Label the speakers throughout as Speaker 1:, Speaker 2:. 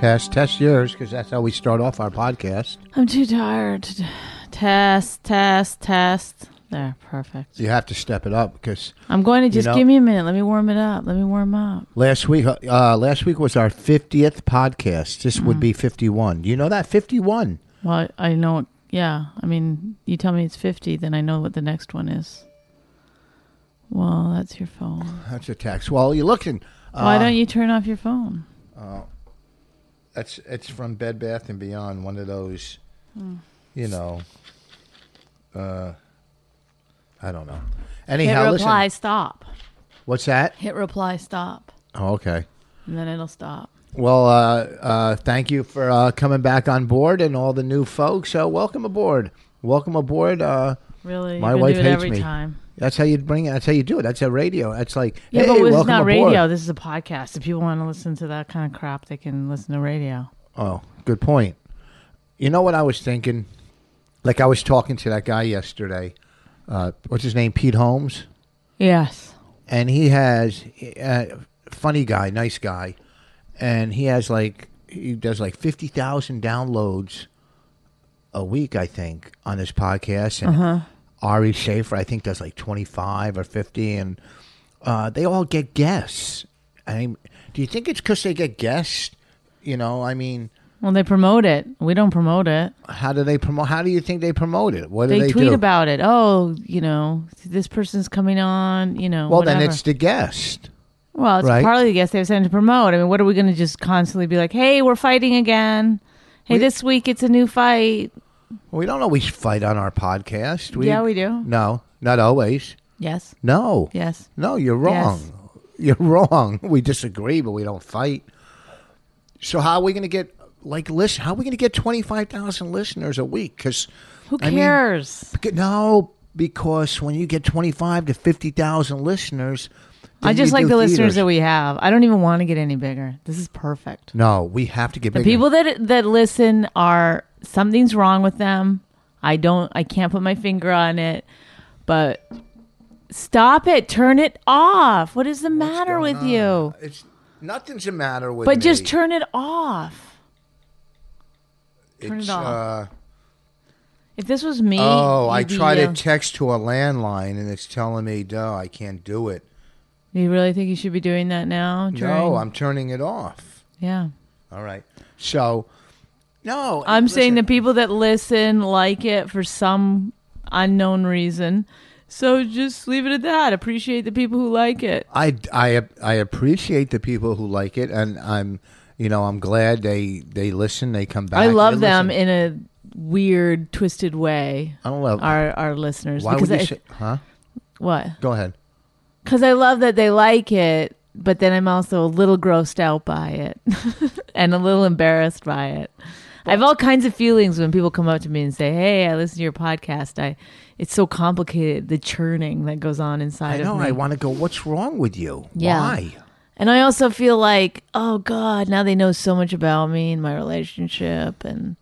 Speaker 1: Test, test yours, because that's how we start off our podcast.
Speaker 2: I'm too tired. to d- Test, test, test. There, perfect.
Speaker 1: You have to step it up because
Speaker 2: I'm going to just
Speaker 1: know-
Speaker 2: give me a minute. Let me warm it up. Let me warm up.
Speaker 1: last week, uh, last week was our fiftieth podcast. This would be fifty-one. You know that fifty-one.
Speaker 2: Well, I I know. it- Yeah, I mean, you tell me it's 50, then I know what the next one is. Well, that's your phone.
Speaker 1: That's a text. Well, you're looking. Uh,
Speaker 2: Why don't you turn off your phone?
Speaker 1: That's it's from Bed Bath and Beyond. One of those, Hmm. you know. Uh, I don't know.
Speaker 2: Hit
Speaker 1: Anyhow,
Speaker 2: reply,
Speaker 1: listen.
Speaker 2: stop.
Speaker 1: What's that?
Speaker 2: Hit reply, stop.
Speaker 1: Oh, okay.
Speaker 2: And then it'll stop.
Speaker 1: Well, uh, uh, thank you for uh, coming back on board and all the new folks. Uh, welcome aboard. Welcome aboard. Uh,
Speaker 2: Really? you
Speaker 1: My
Speaker 2: can
Speaker 1: wife
Speaker 2: do it
Speaker 1: hates
Speaker 2: every
Speaker 1: me.
Speaker 2: time.
Speaker 1: That's how you bring it. That's how you do it. That's how radio. That's like,
Speaker 2: Yeah,
Speaker 1: hey,
Speaker 2: but this is
Speaker 1: welcome
Speaker 2: not
Speaker 1: aboard.
Speaker 2: radio. This is a podcast. If people want to listen to that kind of crap, they can listen to radio.
Speaker 1: Oh, good point. You know what I was thinking? Like I was talking to that guy yesterday. Uh, what's his name? Pete Holmes.
Speaker 2: Yes.
Speaker 1: and he has uh, funny guy, nice guy, and he has like he does like fifty thousand downloads a week, I think, on his podcast. And
Speaker 2: Uh-huh.
Speaker 1: Ari Schaefer, I think, does like twenty five or fifty, and uh, they all get guests. I mean, do you think it's because they get guests? You know, I mean,
Speaker 2: Well, they promote it. We don't promote it.
Speaker 1: how do they promote? How do you think they promote it? What do
Speaker 2: They,
Speaker 1: they,
Speaker 2: tweet
Speaker 1: do?
Speaker 2: about it. Oh, you know, this person's coming on. You know,
Speaker 1: well,
Speaker 2: whatever.
Speaker 1: then it's the guest.
Speaker 2: well, it's
Speaker 1: right?
Speaker 2: partly the guest they have sent to promote. I mean, what are we going to just constantly be like? Hey, we're fighting again. Hey, this week it's a new fight.
Speaker 1: We don't always fight on our podcast.
Speaker 2: Yeah, we do.
Speaker 1: No, not always.
Speaker 2: Yes,
Speaker 1: No.
Speaker 2: yes.
Speaker 1: No, you're wrong. You're wrong. We disagree, but we don't fight. So how are we going to get like listen? How are we going to get twenty five thousand listeners a week? Because
Speaker 2: Who
Speaker 1: I mean-
Speaker 2: cares?
Speaker 1: no, because when you get twenty five to fifty thousand listeners,
Speaker 2: I,
Speaker 1: then
Speaker 2: just
Speaker 1: you
Speaker 2: like
Speaker 1: do
Speaker 2: the listeners
Speaker 1: theaters.
Speaker 2: that we have. I don't even want to get any bigger. This is perfect.
Speaker 1: No, we have to get
Speaker 2: The
Speaker 1: bigger.
Speaker 2: people that that listen are something's wrong with them. I don't I can't put my finger on it, but stop it, turn it off. What is the matter with you?
Speaker 1: It's nothing's the matter with.
Speaker 2: But
Speaker 1: me.
Speaker 2: just turn it off. turn it
Speaker 1: It's,
Speaker 2: off.
Speaker 1: uh,
Speaker 2: If this was me,
Speaker 1: oh, I
Speaker 2: you'd be,
Speaker 1: try to
Speaker 2: uh,
Speaker 1: text to a landline, and it's telling me, "No, I can't do it."
Speaker 2: Do you really think you should be doing that now? during-
Speaker 1: No, I'm turning it off.
Speaker 2: Yeah.
Speaker 1: All right. So, no,
Speaker 2: I'm saying
Speaker 1: listen.
Speaker 2: the people that listen like it for some unknown reason. So just leave it at that. Appreciate the people who like it.
Speaker 1: I, I, I appreciate the people who like it, and I'm, you know, I'm glad they they listen, they come back.
Speaker 2: I
Speaker 1: they
Speaker 2: love them
Speaker 1: listen.
Speaker 2: in a weird, twisted way.
Speaker 1: I don't love.
Speaker 2: our our listeners.
Speaker 1: why
Speaker 2: because
Speaker 1: would you?
Speaker 2: I,
Speaker 1: say, huh?
Speaker 2: what?
Speaker 1: Go ahead.
Speaker 2: Because I love that they like it, but then I'm also a little grossed out by it and a little embarrassed by it. I have all kinds of feelings when people come up to me and say, "Hey, I listen to your podcast. I, it's so complicated. The churning that goes on inside
Speaker 1: I know.
Speaker 2: of me."
Speaker 1: I want to go. What's wrong with you?
Speaker 2: Yeah.
Speaker 1: Why?
Speaker 2: And I also feel like, oh God, now they know so much about me and my relationship. And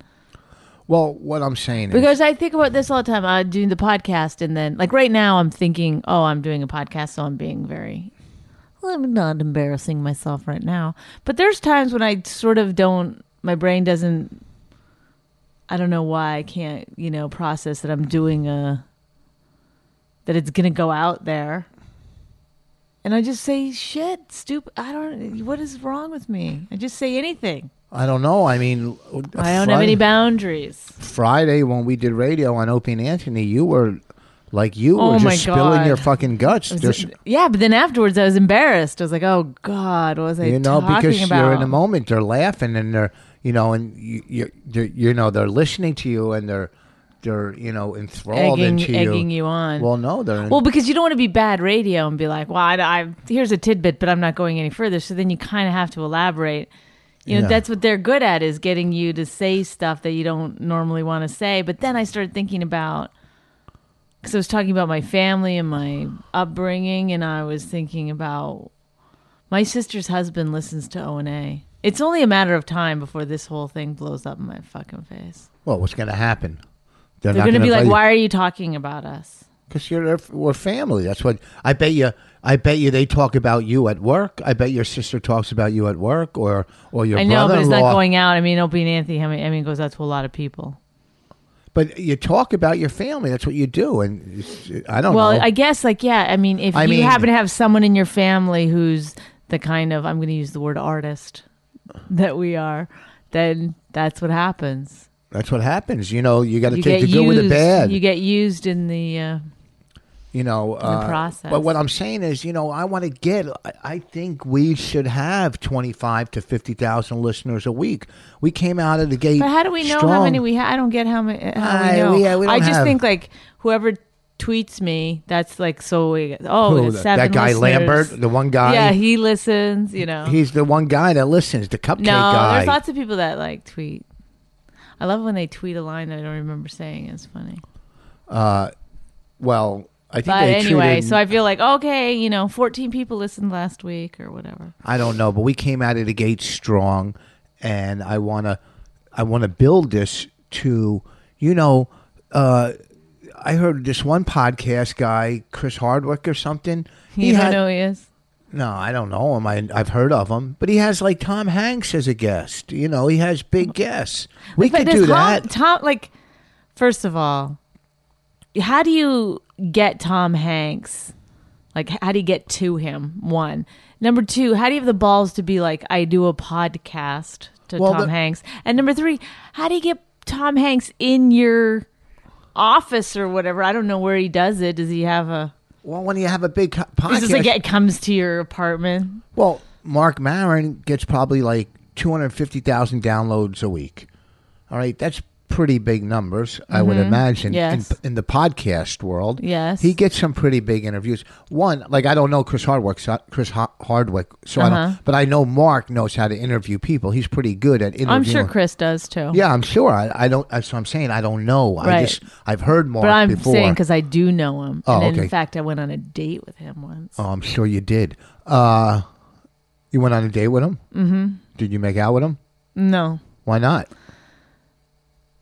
Speaker 1: Well, what I'm saying is,
Speaker 2: because I think about this all the time, I'm doing the podcast, and then like right now, I'm thinking, oh, I'm doing a podcast, so I'm being very, well, I'm not embarrassing myself right now. But there's times when I sort of don't, my brain doesn't, I don't know why I can't, you know, process that I'm doing a, that it's gonna go out there. And I just say shit, stupid. I don't. What is wrong with me? I just say anything.
Speaker 1: I don't know. I mean,
Speaker 2: I don't have any boundaries.
Speaker 1: Friday when we did radio on Opie and Anthony, you were like you
Speaker 2: Oh
Speaker 1: were
Speaker 2: my
Speaker 1: just spilling
Speaker 2: God.
Speaker 1: your fucking guts. There's,
Speaker 2: yeah, but then afterwards I was embarrassed. I was like, "Oh God, what was I
Speaker 1: you know,
Speaker 2: talking
Speaker 1: because
Speaker 2: about?"
Speaker 1: you're in the moment. They're laughing and they're, you know, and you, you, they're- you know, they're listening to you and they're, they're, you know, enthralled
Speaker 2: Egging-
Speaker 1: into you.
Speaker 2: egging you on.
Speaker 1: Well, no, they're.
Speaker 2: Well, because you don't want to be bad radio and be like, "Well, I, I- here's a tidbit, but I'm not going any further." So then you kind of have to elaborate. You know,
Speaker 1: Yeah.
Speaker 2: that's what they're good at is getting you to say stuff that you don't normally want to say. But then I started thinking about because I was talking about my family and my upbringing, and I was thinking about my sister's husband listens to O and A. It's only a matter of time before this whole thing blows up in my fucking face.
Speaker 1: well, what's going to happen?
Speaker 2: They're
Speaker 1: not
Speaker 2: going to
Speaker 1: gonna
Speaker 2: be like,
Speaker 1: let you-
Speaker 2: "Why are you talking about us?"
Speaker 1: Because you're their- we're family. That's what I bet you. I bet you they talk about you at work. I bet your sister talks about you at work, or or your
Speaker 2: I know, but it's
Speaker 1: brother-in-law.
Speaker 2: not going out. I mean, Opie and Anthony. I mean, I mean, it goes out to a lot of people.
Speaker 1: But you talk about your family. That's what you do. And it's- I don't
Speaker 2: Well,
Speaker 1: know.
Speaker 2: I guess, like, yeah. I mean, if
Speaker 1: Oh, I
Speaker 2: you
Speaker 1: mean-
Speaker 2: happen to have someone in your family who's the kind of I'm going to use the word artist that we are, then that's what happens.
Speaker 1: that's what happens. You know, you got to
Speaker 2: You
Speaker 1: take
Speaker 2: get
Speaker 1: the
Speaker 2: used.
Speaker 1: good with the bad.
Speaker 2: You get used in the. Uh,
Speaker 1: you know uh,
Speaker 2: process.
Speaker 1: But what I'm saying is, you know, I want to get. I, I think we should have 25 to 50,000 listeners a week. We came out of the gate.
Speaker 2: but how do we know how
Speaker 1: strong.
Speaker 2: many we have? I don't get how many. How
Speaker 1: I-
Speaker 2: we know?
Speaker 1: we- yeah, we
Speaker 2: I
Speaker 1: don't
Speaker 2: just
Speaker 1: have-
Speaker 2: think like whoever tweets me, that's like so. We,
Speaker 1: Who,
Speaker 2: oh, we got
Speaker 1: that-
Speaker 2: seven
Speaker 1: that guy
Speaker 2: listeners.
Speaker 1: Lambert, the one guy.
Speaker 2: Yeah, he listens. You know,
Speaker 1: He's the one guy that listens, the cupcake
Speaker 2: No,
Speaker 1: guy.
Speaker 2: there's lots of people that like tweet. I love when they tweet a line that I don't remember saying. It's funny.
Speaker 1: well, I think
Speaker 2: But
Speaker 1: they
Speaker 2: anyway,
Speaker 1: treated-
Speaker 2: so I feel like okay, you know, 14 people listened last week or whatever.
Speaker 1: I don't know, but we came out of the gate strong, and I wanna, I wanna build this to, you know, uh, I heard this one podcast guy, Chris Hardwick or something.
Speaker 2: You don't know who he is.
Speaker 1: No, I don't know him. I, I've heard of him, but he has like Tom Hanks as a guest. You know, he has big guests. We
Speaker 2: But
Speaker 1: could
Speaker 2: does
Speaker 1: do
Speaker 2: Tom,
Speaker 1: that.
Speaker 2: Tom, like, first of all, how do you get Tom Hanks? Like, how do you get to him? One. Number two, how do you have the balls to be like, I do a podcast to
Speaker 1: Well,
Speaker 2: Tom
Speaker 1: the-
Speaker 2: Hanks? And number three, how do you get Tom Hanks in your office or whatever? I don't know where he does it. Does he have a?
Speaker 1: well, when you have a big co-
Speaker 2: Is this
Speaker 1: podcast,
Speaker 2: like it comes to your apartment?
Speaker 1: well, Mark Maron gets probably like two hundred fifty thousand downloads a week. All right, that's pretty big numbers, I would imagine.
Speaker 2: Mm-hmm. Yes.
Speaker 1: In, in the podcast world,
Speaker 2: Yes.
Speaker 1: he gets some pretty big interviews. One, like I don't know Chris Hardwick, so, Chris Ha- Hardwick, so I
Speaker 2: Uh-huh.
Speaker 1: don't, but I know Mark knows how to interview people. He's pretty good at interviewing.
Speaker 2: I'm sure Chris does too.
Speaker 1: Yeah, I'm sure. I, I don't. That's what I'm saying. I don't know. I
Speaker 2: Right.
Speaker 1: just I've heard Mark
Speaker 2: But I'm saying 'cause
Speaker 1: before.
Speaker 2: saying because I do know him.
Speaker 1: Oh,
Speaker 2: and
Speaker 1: okay.
Speaker 2: in fact, I went on a date with him once.
Speaker 1: oh, I'm sure you did. Uh, you went on a date with him. Mm-hmm. Did you make out with him?
Speaker 2: No.
Speaker 1: Why not?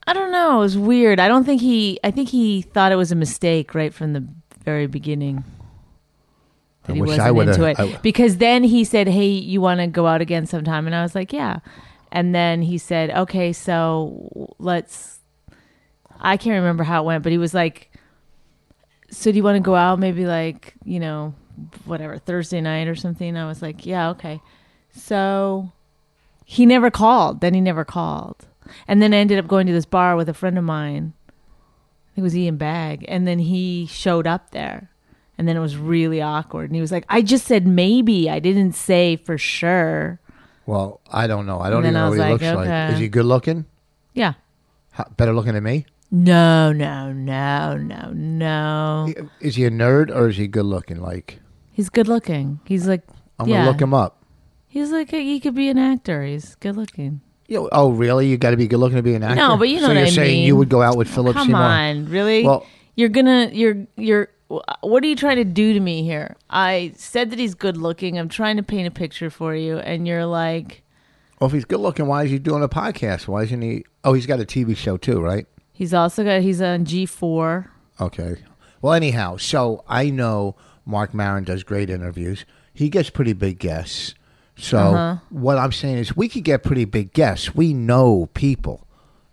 Speaker 2: I don't know. It was weird. I don't think he. I think he thought it was a mistake right from the very beginning. That
Speaker 1: I
Speaker 2: he
Speaker 1: wish
Speaker 2: wasn't
Speaker 1: I would've-
Speaker 2: into it
Speaker 1: I-
Speaker 2: because then he said, "Hey, you want to go out again sometime?" And I was like, "Yeah." And then he said, "Okay, so let's." I can't remember how it went, but he was like, "So do you want to go out? Maybe like you know, whatever Thursday night or something." And I was like, "Yeah, okay." So he never called. Then he never called. And then I ended up going to this bar with a friend of mine. I think it was Ian Bag. And then he showed up there. And then it was really awkward. And he was like, I just said maybe. I didn't say for sure.
Speaker 1: Well, I don't know. I don't
Speaker 2: And
Speaker 1: even
Speaker 2: then
Speaker 1: know
Speaker 2: I
Speaker 1: what
Speaker 2: was
Speaker 1: he
Speaker 2: like,
Speaker 1: looks like.
Speaker 2: okay.
Speaker 1: Is he good looking?
Speaker 2: Yeah.
Speaker 1: How, better looking than me?
Speaker 2: No, no, no, no, no.
Speaker 1: Is he a nerd or is he good looking? Like
Speaker 2: He's good looking. He's like,
Speaker 1: I'm
Speaker 2: yeah.
Speaker 1: gonna look him up.
Speaker 2: He's like, he could be an actor. He's good looking.
Speaker 1: You know, oh, really? You got to be good looking to be an actor.
Speaker 2: No, but you know
Speaker 1: so
Speaker 2: what
Speaker 1: you're
Speaker 2: I
Speaker 1: saying
Speaker 2: mean.
Speaker 1: you would go out with Philip
Speaker 2: Come
Speaker 1: Seymour.
Speaker 2: on, really?
Speaker 1: Well-
Speaker 2: you're gonna you're you're what are you trying to do to me here? I said that he's good looking. I'm trying to paint a picture for you, and you're like,
Speaker 1: Well, Oh, if he's good looking, why is he doing a podcast? Why isn't he? Oh, he's got a TV show too, right?
Speaker 2: he's also got he's on G four.
Speaker 1: Okay. Well, anyhow, so I know Mark Maron does great interviews. He gets pretty big guests. So
Speaker 2: Uh-huh.
Speaker 1: what I'm saying is, we could get pretty big guests. We know people.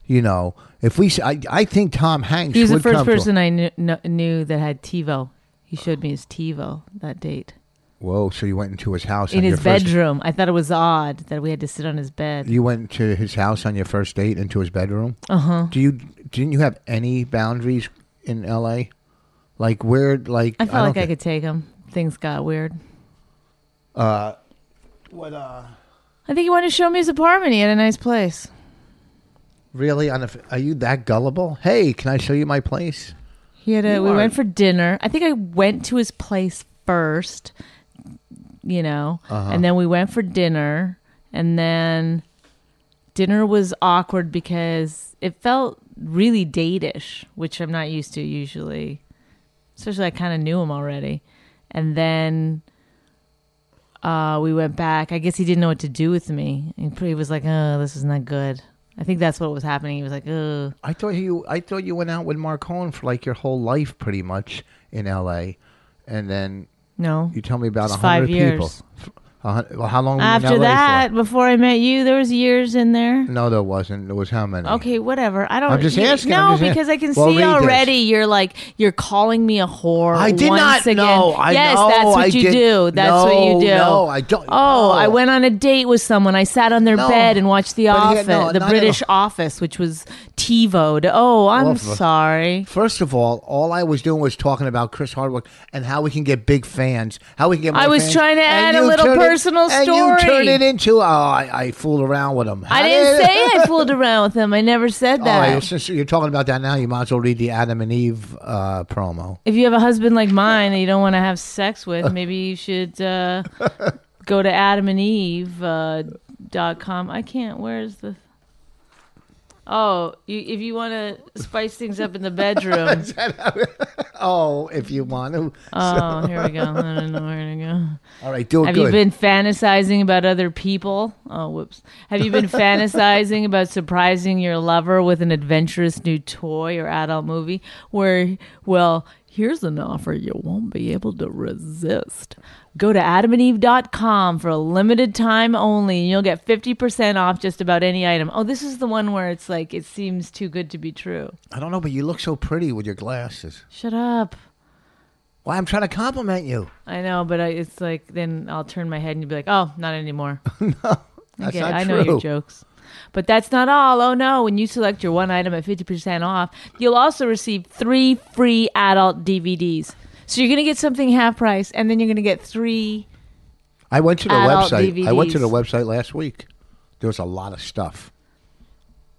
Speaker 1: You know, if we, s- I, I think Tom Hanks.
Speaker 2: He was the
Speaker 1: would
Speaker 2: first
Speaker 1: come to-
Speaker 2: person I knew, kn- knew that had TiVo. He showed me his TiVo that date
Speaker 1: Whoa! So you went into his house
Speaker 2: in
Speaker 1: on your
Speaker 2: his
Speaker 1: first-
Speaker 2: bedroom. I thought it was odd that we had to sit on his bed.
Speaker 1: You went to his house on your first date
Speaker 2: Uh-huh.
Speaker 1: into his bedroom. Uh huh. Do you didn't you have any boundaries in L.A. Like where? Like
Speaker 2: I felt
Speaker 1: don't
Speaker 2: like I
Speaker 1: thi-
Speaker 2: could take him. Things got weird.
Speaker 1: Uh, What? Uh,
Speaker 2: I think he wanted to show me his apartment. He had a nice place.
Speaker 1: really? On a, f- are you that gullible? Hey, can I show you my place?
Speaker 2: He had a.
Speaker 1: You
Speaker 2: We
Speaker 1: are-
Speaker 2: went for dinner. I think I went to his place first, you know, and then we went for dinner, and then dinner was awkward because it felt really date-ish, which I'm not used to usually. Especially, I kind of knew him already, and then. Uh, we went back. I guess he didn't know what to do with me. He pretty was like, "Oh, this is not good." I think that's what was happening. He was like, "Oh,
Speaker 1: I thought you. I thought you went out with Marcone for like your whole life, pretty much in L.A. And then
Speaker 2: no."
Speaker 1: you tell me about a
Speaker 2: It's five
Speaker 1: hundred people.
Speaker 2: years.
Speaker 1: F- a hun- Well, how long? were you in LA
Speaker 2: After
Speaker 1: for?
Speaker 2: that, before I met you, there was years in there.
Speaker 1: No, there wasn't. There was how many?
Speaker 2: Okay, whatever. I don't.
Speaker 1: I'm just
Speaker 2: you-
Speaker 1: asking,
Speaker 2: No,
Speaker 1: I'm just asking.
Speaker 2: because I can
Speaker 1: Well,
Speaker 2: see
Speaker 1: read this.
Speaker 2: already you're like you're calling me a whore.
Speaker 1: I did
Speaker 2: once
Speaker 1: not
Speaker 2: again.
Speaker 1: know. I
Speaker 2: yes,
Speaker 1: know.
Speaker 2: that's what
Speaker 1: I
Speaker 2: you
Speaker 1: did-
Speaker 2: do. That's what
Speaker 1: No,
Speaker 2: you do.
Speaker 1: no, I don't-
Speaker 2: Oh,
Speaker 1: no.
Speaker 2: I went on a date with someone. I sat on their
Speaker 1: No.
Speaker 2: bed and watched The
Speaker 1: But here-
Speaker 2: Office,
Speaker 1: no,
Speaker 2: the
Speaker 1: not at
Speaker 2: British Office, which was TiVoed. Oh, I'm
Speaker 1: Office.
Speaker 2: sorry.
Speaker 1: First of all, all I was doing was talking about Chris Hardwick and how we can get big fans. How we can get. More
Speaker 2: I was
Speaker 1: fans.
Speaker 2: trying to
Speaker 1: And
Speaker 2: add a
Speaker 1: you
Speaker 2: little
Speaker 1: turned it-
Speaker 2: personal
Speaker 1: And you
Speaker 2: story.
Speaker 1: turned it into oh, I, I fooled around with him.
Speaker 2: I didn't say I fooled around with him. I never said
Speaker 1: All
Speaker 2: that.
Speaker 1: right, since Oh, you're talking about that now, you might as well read the Adam and Eve uh, promo.
Speaker 2: if you have a husband like mine that you don't want to have sex with, maybe you should uh, go to adamandeve.com. Uh, dot com. I can't. Where's the. Oh, you, if you want to spice things up in the bedroom.
Speaker 1: Oh, if you want to.
Speaker 2: oh, here we go. I don't know where to go.
Speaker 1: All right, do it Oh,
Speaker 2: Have
Speaker 1: good.
Speaker 2: you been fantasizing about other people? Oh, whoops. Have you been fantasizing about surprising your lover with an adventurous new toy or adult movie? Where, well, here's an offer you won't be able to resist. Go to adamandeve.com for a limited time only, and you'll get 50% off just about any item. Oh, this is the one where it's like, it seems too good to be true.
Speaker 1: I don't know, but you look so pretty with your glasses.
Speaker 2: Shut up.
Speaker 1: Why? I'm trying to compliment you.
Speaker 2: I know, but I, it's like then I'll turn my head and you'll be like, "Oh, not anymore." no, I
Speaker 1: that's
Speaker 2: get
Speaker 1: not
Speaker 2: it. I know
Speaker 1: true.
Speaker 2: your jokes, but that's not all. Oh no! When you select your one item at fifty percent off, you'll also receive three free adult DVDs. So you're gonna get something half price, and then you're gonna get three.
Speaker 1: I went to the
Speaker 2: Adult
Speaker 1: website. I went to the
Speaker 2: DVDs.
Speaker 1: website last week. There was a lot of stuff.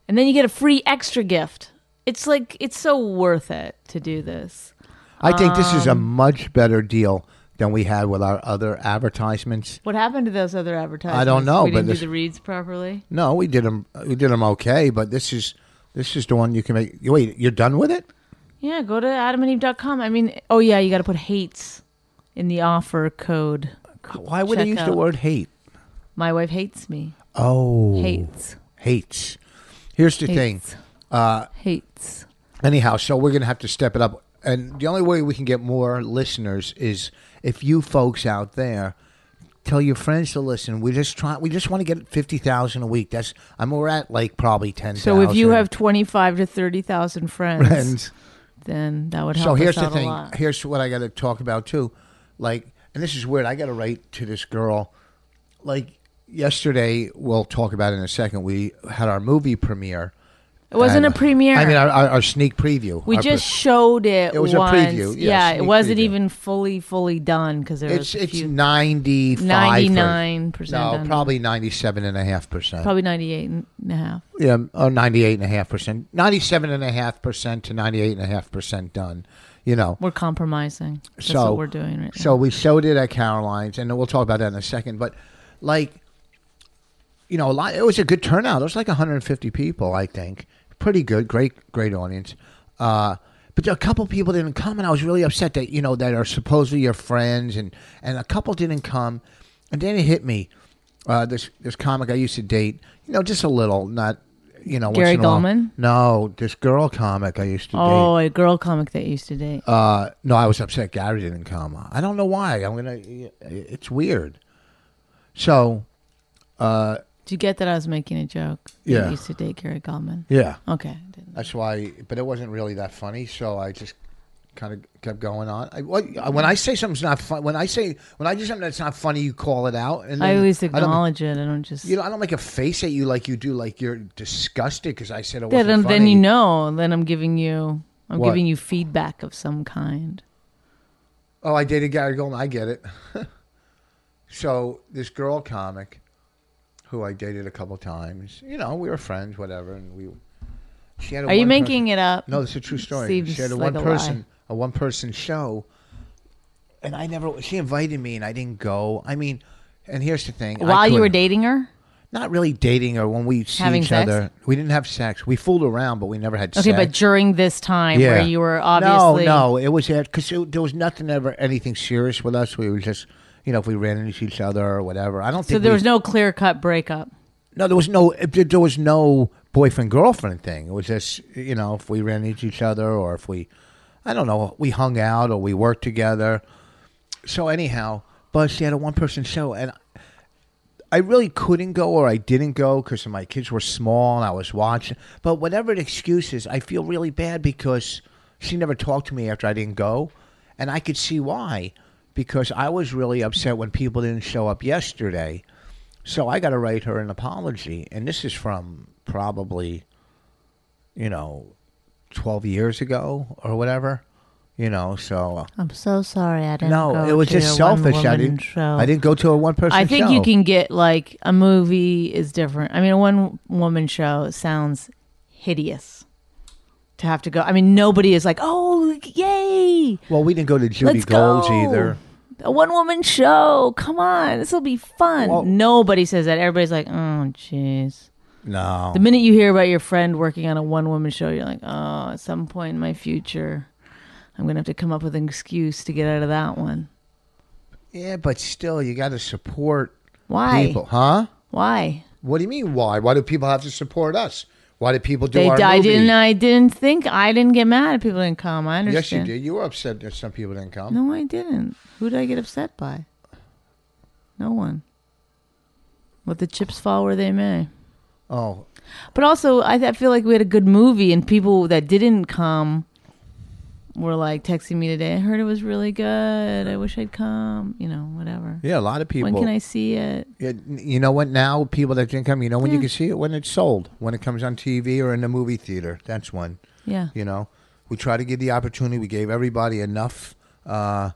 Speaker 2: And then you get a free extra gift. It's like it's so worth it to do this.
Speaker 1: I think this is a
Speaker 2: Um,
Speaker 1: much better deal than we had with our other advertisements.
Speaker 2: What happened to those other advertisements?
Speaker 1: know,
Speaker 2: We
Speaker 1: but
Speaker 2: didn't
Speaker 1: this-
Speaker 2: do the reads properly.
Speaker 1: No, we did them. We did 'em okay, but this is this is the one you can make. Wait, you're done with it?
Speaker 2: Yeah, go to adamandeve.com. I mean, oh yeah, you got to put hates in the offer code.
Speaker 1: Why would I
Speaker 2: Check
Speaker 1: use the
Speaker 2: out.
Speaker 1: word hate?
Speaker 2: My wife hates me.
Speaker 1: Oh,
Speaker 2: Hates.
Speaker 1: hates. Here's the thing.
Speaker 2: Hates. hates.
Speaker 1: Anyhow, so we're going to have to step it up. And the only way we can get more listeners is if you folks out there tell your friends to listen. We just try. We just want to get fifty thousand a week. That's I'm we're at like probably ten.
Speaker 2: So if you have 25 to 30,000 friends,
Speaker 1: friends,
Speaker 2: then that would help
Speaker 1: so here's
Speaker 2: us
Speaker 1: the
Speaker 2: out a
Speaker 1: thing.
Speaker 2: lot.
Speaker 1: Here's what I got to talk about too. Like, and this is weird. I got to write to this girl. Like yesterday, we'll talk about it in a second. We had our movie premiere.
Speaker 2: It wasn't
Speaker 1: And- uh,
Speaker 2: a premiere.
Speaker 1: I mean, our, our, our sneak preview.
Speaker 2: we
Speaker 1: Our pre-
Speaker 2: just showed it
Speaker 1: It was a
Speaker 2: once.
Speaker 1: preview, yes,
Speaker 2: yeah, it
Speaker 1: sneak
Speaker 2: wasn't
Speaker 1: preview.
Speaker 2: even fully, fully done because there
Speaker 1: It's
Speaker 2: was a
Speaker 1: it's
Speaker 2: few-
Speaker 1: 95
Speaker 2: 99%
Speaker 1: No,
Speaker 2: done.
Speaker 1: probably 97.5%.
Speaker 2: probably 98 and a half.
Speaker 1: Yeah, or 98.5%. 97.5% to 98.5% done, you know.
Speaker 2: We're compromising. That's
Speaker 1: so
Speaker 2: what we're doing right
Speaker 1: So we showed it at Caroline's, and we'll talk about that in a second. But like, you know, a lot. It was a good turnout. It was like 150 people, I think. Pretty good, great, great audience. Uh, but a couple people didn't come, and I was really upset that you know that are supposedly your friends, and and a couple didn't come, and then it hit me. Uh, this this comic I used to date, you know, just a little, not you know. once
Speaker 2: Gary
Speaker 1: in a while.
Speaker 2: Goldman?
Speaker 1: No, this girl comic I used to
Speaker 2: now.
Speaker 1: date.
Speaker 2: Oh, a girl comic that used to date.
Speaker 1: Uh, no, I was upset Gary didn't come. I don't know why. I'm gonna. It's weird. So
Speaker 2: Do you get that I was making a joke? You
Speaker 1: Yeah.
Speaker 2: used to date Gary Goldman.
Speaker 1: yeah,
Speaker 2: Okay. I didn't.
Speaker 1: that's why. But it wasn't really that funny. So I just kind of kept going on. I, what- uh, when I say something's not fun, when I say when I do something that's not funny, you call it out. And
Speaker 2: I
Speaker 1: then
Speaker 2: always
Speaker 1: don't-
Speaker 2: acknowledge it. I don't just.
Speaker 1: you know, I don't make a face at you like you do. Like you're disgusted because I said it
Speaker 2: um, then,
Speaker 1: wasn't
Speaker 2: then
Speaker 1: funny.
Speaker 2: you know. Then I'm giving you. I'm
Speaker 1: What?
Speaker 2: giving you feedback of some kind.
Speaker 1: Oh, I dated Gary Goldman. I get it. so this girl comic, who I dated a couple times, you know, we were friends, whatever, and we. She had a
Speaker 2: Are you
Speaker 1: one
Speaker 2: making
Speaker 1: person-
Speaker 2: it up?
Speaker 1: No, it's a true story.
Speaker 2: Seems
Speaker 1: she had a
Speaker 2: like
Speaker 1: one
Speaker 2: a lie.
Speaker 1: person, a one person show, and I never. She invited me, and I didn't go. I mean, and here's the thing: I
Speaker 2: While you were
Speaker 1: couldn't-
Speaker 2: dating her?
Speaker 1: not really dating or when we see
Speaker 2: Having
Speaker 1: each
Speaker 2: sex?
Speaker 1: other. We didn't have sex. We fooled around, but we never had
Speaker 2: Okay,
Speaker 1: sex.
Speaker 2: but during this time where you were obviously
Speaker 1: no, no. It was because there was nothing ever anything serious with us. We were just you know if we ran into each other or whatever. I don't think
Speaker 2: So there
Speaker 1: we-
Speaker 2: was no clear cut breakup.
Speaker 1: no there was no it- there was no boyfriend girlfriend thing. It was just you know if we ran into each other or if we I don't know we hung out or we worked together. So anyhow, but she had a one person show and. I really couldn't go or I didn't go because my kids were small and I was watching. But whatever the excuse is, I feel really bad because she never talked to me after I didn't go. And I could see why because I was really upset when people didn't show up yesterday. So I got to write her an apology. And this is from probably, you know, 12 years ago or whatever. You know, so
Speaker 2: I'm so sorry I didn't
Speaker 1: no,
Speaker 2: go
Speaker 1: it was
Speaker 2: to
Speaker 1: just
Speaker 2: your one
Speaker 1: selfish. I
Speaker 2: woman
Speaker 1: didn't.
Speaker 2: show.
Speaker 1: I didn't go to a one person.
Speaker 2: I think you can get like a movie is different. I mean, a one woman show sounds hideous to have to go. I mean, nobody is like, oh, yay,
Speaker 1: Well, we didn't go to Judy
Speaker 2: let's
Speaker 1: Gold's
Speaker 2: go.
Speaker 1: either.
Speaker 2: A one woman show. Come on, this will be fun.
Speaker 1: Well-
Speaker 2: nobody says that. Everybody's like, oh, jeez.
Speaker 1: No.
Speaker 2: The minute you hear about your friend working on a one woman show, you're like, oh, at some point in my future, I'm going to have to come up with an excuse to get out of that one.
Speaker 1: yeah, but still, you got to support
Speaker 2: Why?
Speaker 1: people, huh?
Speaker 2: Why?
Speaker 1: What do you mean? Why? Why do people have to support us? Why do people do
Speaker 2: They,
Speaker 1: our
Speaker 2: I
Speaker 1: movie?
Speaker 2: didn't. I didn't think. I didn't get mad if people didn't come. I understand.
Speaker 1: yes, you did. You were upset that some people didn't come.
Speaker 2: No, I didn't. Who did I get upset by? No one. Let the chips fall where they may.
Speaker 1: Oh,
Speaker 2: But also, I, I feel like we had a good movie, and people that didn't come were like texting me today. I heard it was really good. I wish I'd come. You know, whatever.
Speaker 1: yeah, a lot of people.
Speaker 2: When can I see it?
Speaker 1: Yeah, n- you know what? Now people that didn't come, you know when you can see it when it's sold, when it comes on TV or in the movie theater. That's when.
Speaker 2: Yeah.
Speaker 1: You know, we try to give the opportunity. We gave everybody enough, uh,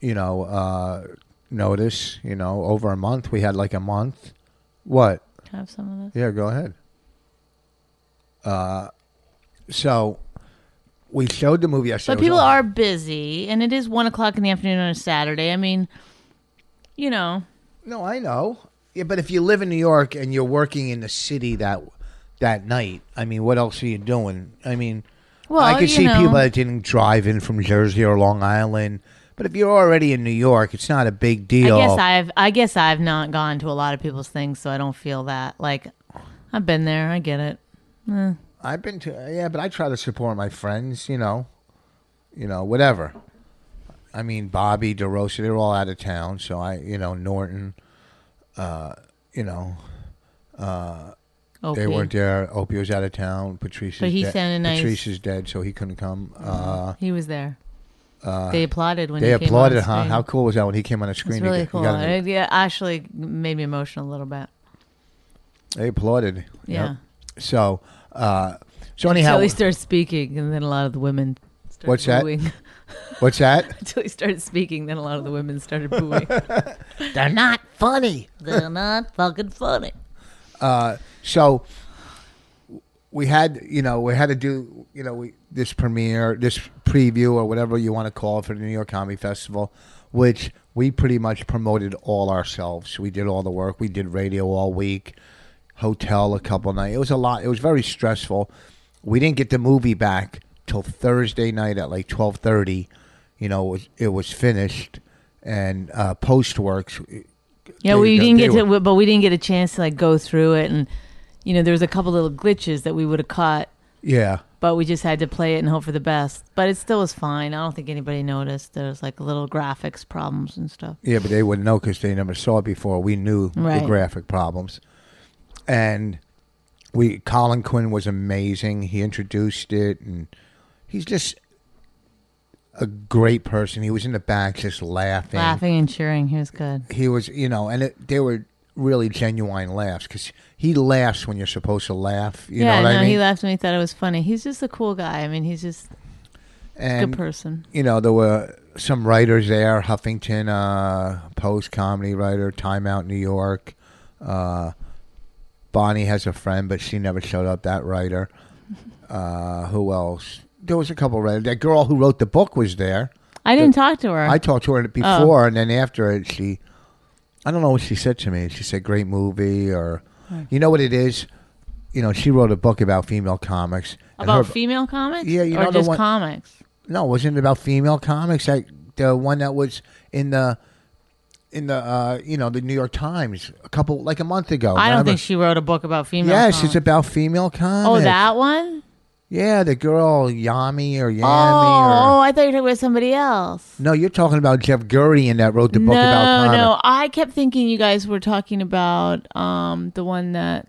Speaker 1: you know, uh, notice. You know, over a month. We had like a month. What?
Speaker 2: Have some of this.
Speaker 1: Yeah, go ahead. Uh, so we showed the movie yesterday.
Speaker 2: But
Speaker 1: It was
Speaker 2: people
Speaker 1: all-
Speaker 2: are busy, and it is one o'clock in the afternoon on a Saturday. I mean, you know,
Speaker 1: No, I know. Yeah, but if you live in New York and you're working in the city that that night, I mean, what else are you doing? I mean,
Speaker 2: Well,
Speaker 1: I could
Speaker 2: you
Speaker 1: see
Speaker 2: know.
Speaker 1: people that didn't drive in from Jersey or Long Island, but if you're already in New York, it's not a big deal.
Speaker 2: I guess I've I guess I've not gone to a lot of people's things, so I don't feel that like I've been there. I get it.
Speaker 1: I've been to yeah, but I try to support my friends, you know, you know, whatever. I mean, Bobby DeRosa, they're all out of town, so I, you know, Norton, uh, you know,
Speaker 2: OP.
Speaker 1: they weren't there. Opie was out of town. Patrice,
Speaker 2: But
Speaker 1: is
Speaker 2: he
Speaker 1: dead.
Speaker 2: sounded nice.
Speaker 1: Patrice is dead, so he couldn't come. Uh,
Speaker 2: He was there. they applauded when
Speaker 1: they
Speaker 2: he
Speaker 1: applauded,
Speaker 2: Came on
Speaker 1: huh?
Speaker 2: screen.
Speaker 1: How cool was that when he came on the screen?
Speaker 2: It's
Speaker 1: You
Speaker 2: really
Speaker 1: got- you
Speaker 2: cool.
Speaker 1: got it.
Speaker 2: It, yeah, actually made me emotional a little bit.
Speaker 1: they applauded.
Speaker 2: Yeah.
Speaker 1: Yep. So, uh, so anyhow,
Speaker 2: Until he started speaking, and then a lot of the women. started
Speaker 1: What's that?
Speaker 2: booing.
Speaker 1: what's that?
Speaker 2: Until he started speaking, then a lot of the women started booing.
Speaker 1: They're not funny.
Speaker 2: They're not fucking funny.
Speaker 1: So we had, you know, we had to do, you know, we this premiere, this preview, or whatever you want to call it for the New York Comedy Festival, which we pretty much promoted all ourselves. We did all the work. We did radio all week, hotel a couple nights. It was a lot. It was very stressful. We didn't get the movie back till Thursday night at like twelve thirty. You know, it was, it was finished, and uh, post works. They-
Speaker 2: Yeah, we
Speaker 1: they-
Speaker 2: didn't
Speaker 1: they
Speaker 2: get to,
Speaker 1: were-
Speaker 2: but we didn't get a chance to like go through it, and you know, there was a couple little glitches that we would have caught,
Speaker 1: Yeah.
Speaker 2: but we just had to play it and hope for the best. But it still was fine. I don't think anybody noticed. There was like little graphics problems and stuff.
Speaker 1: Yeah, but they wouldn't know because they never saw it before. We knew
Speaker 2: Right.
Speaker 1: the graphic problems, and we Colin Quinn was amazing. He introduced it, and he's just a great person. He was in the back just laughing.
Speaker 2: Laughing and cheering, he was good.
Speaker 1: He was, you know, and it, they were really genuine laughs because he laughs when you're supposed to laugh. You
Speaker 2: yeah,
Speaker 1: know what
Speaker 2: no,
Speaker 1: I mean?
Speaker 2: he laughed and he thought it was funny. He's just a cool guy. I mean, he's just
Speaker 1: And,
Speaker 2: Good person.
Speaker 1: You know, there were some writers there, Huffington uh, Post comedy writer, Time Out New York. Uh, Bonnie has a friend, but she never showed up, that writer. Uh, who else? There was a couple writers. That girl who wrote the book was there.
Speaker 2: I didn't talk to her.
Speaker 1: I talked to her before, and then after it, she, I don't know what she said to me. She said, "Great movie," or, you know what it is, you know, she wrote a book about female comics. and
Speaker 2: About
Speaker 1: her-
Speaker 2: female comics?
Speaker 1: Yeah, you
Speaker 2: or
Speaker 1: know the
Speaker 2: just
Speaker 1: one-
Speaker 2: comics.
Speaker 1: no, wasn't it about female comics? That the one that was in the, in the uh, you know, the New York Times a couple like a month ago.
Speaker 2: I don't
Speaker 1: remember?
Speaker 2: think she wrote a book about female.
Speaker 1: Yes,
Speaker 2: comics.
Speaker 1: it's about female
Speaker 2: oh
Speaker 1: comics.
Speaker 2: that one.
Speaker 1: Yeah, the girl Yami or Yami
Speaker 2: oh,
Speaker 1: or
Speaker 2: I thought you were talking about somebody else.
Speaker 1: no, you're talking about Jeff Gurian that wrote the book
Speaker 2: no,
Speaker 1: about comics.
Speaker 2: no, I kept thinking you guys were talking about um the one that.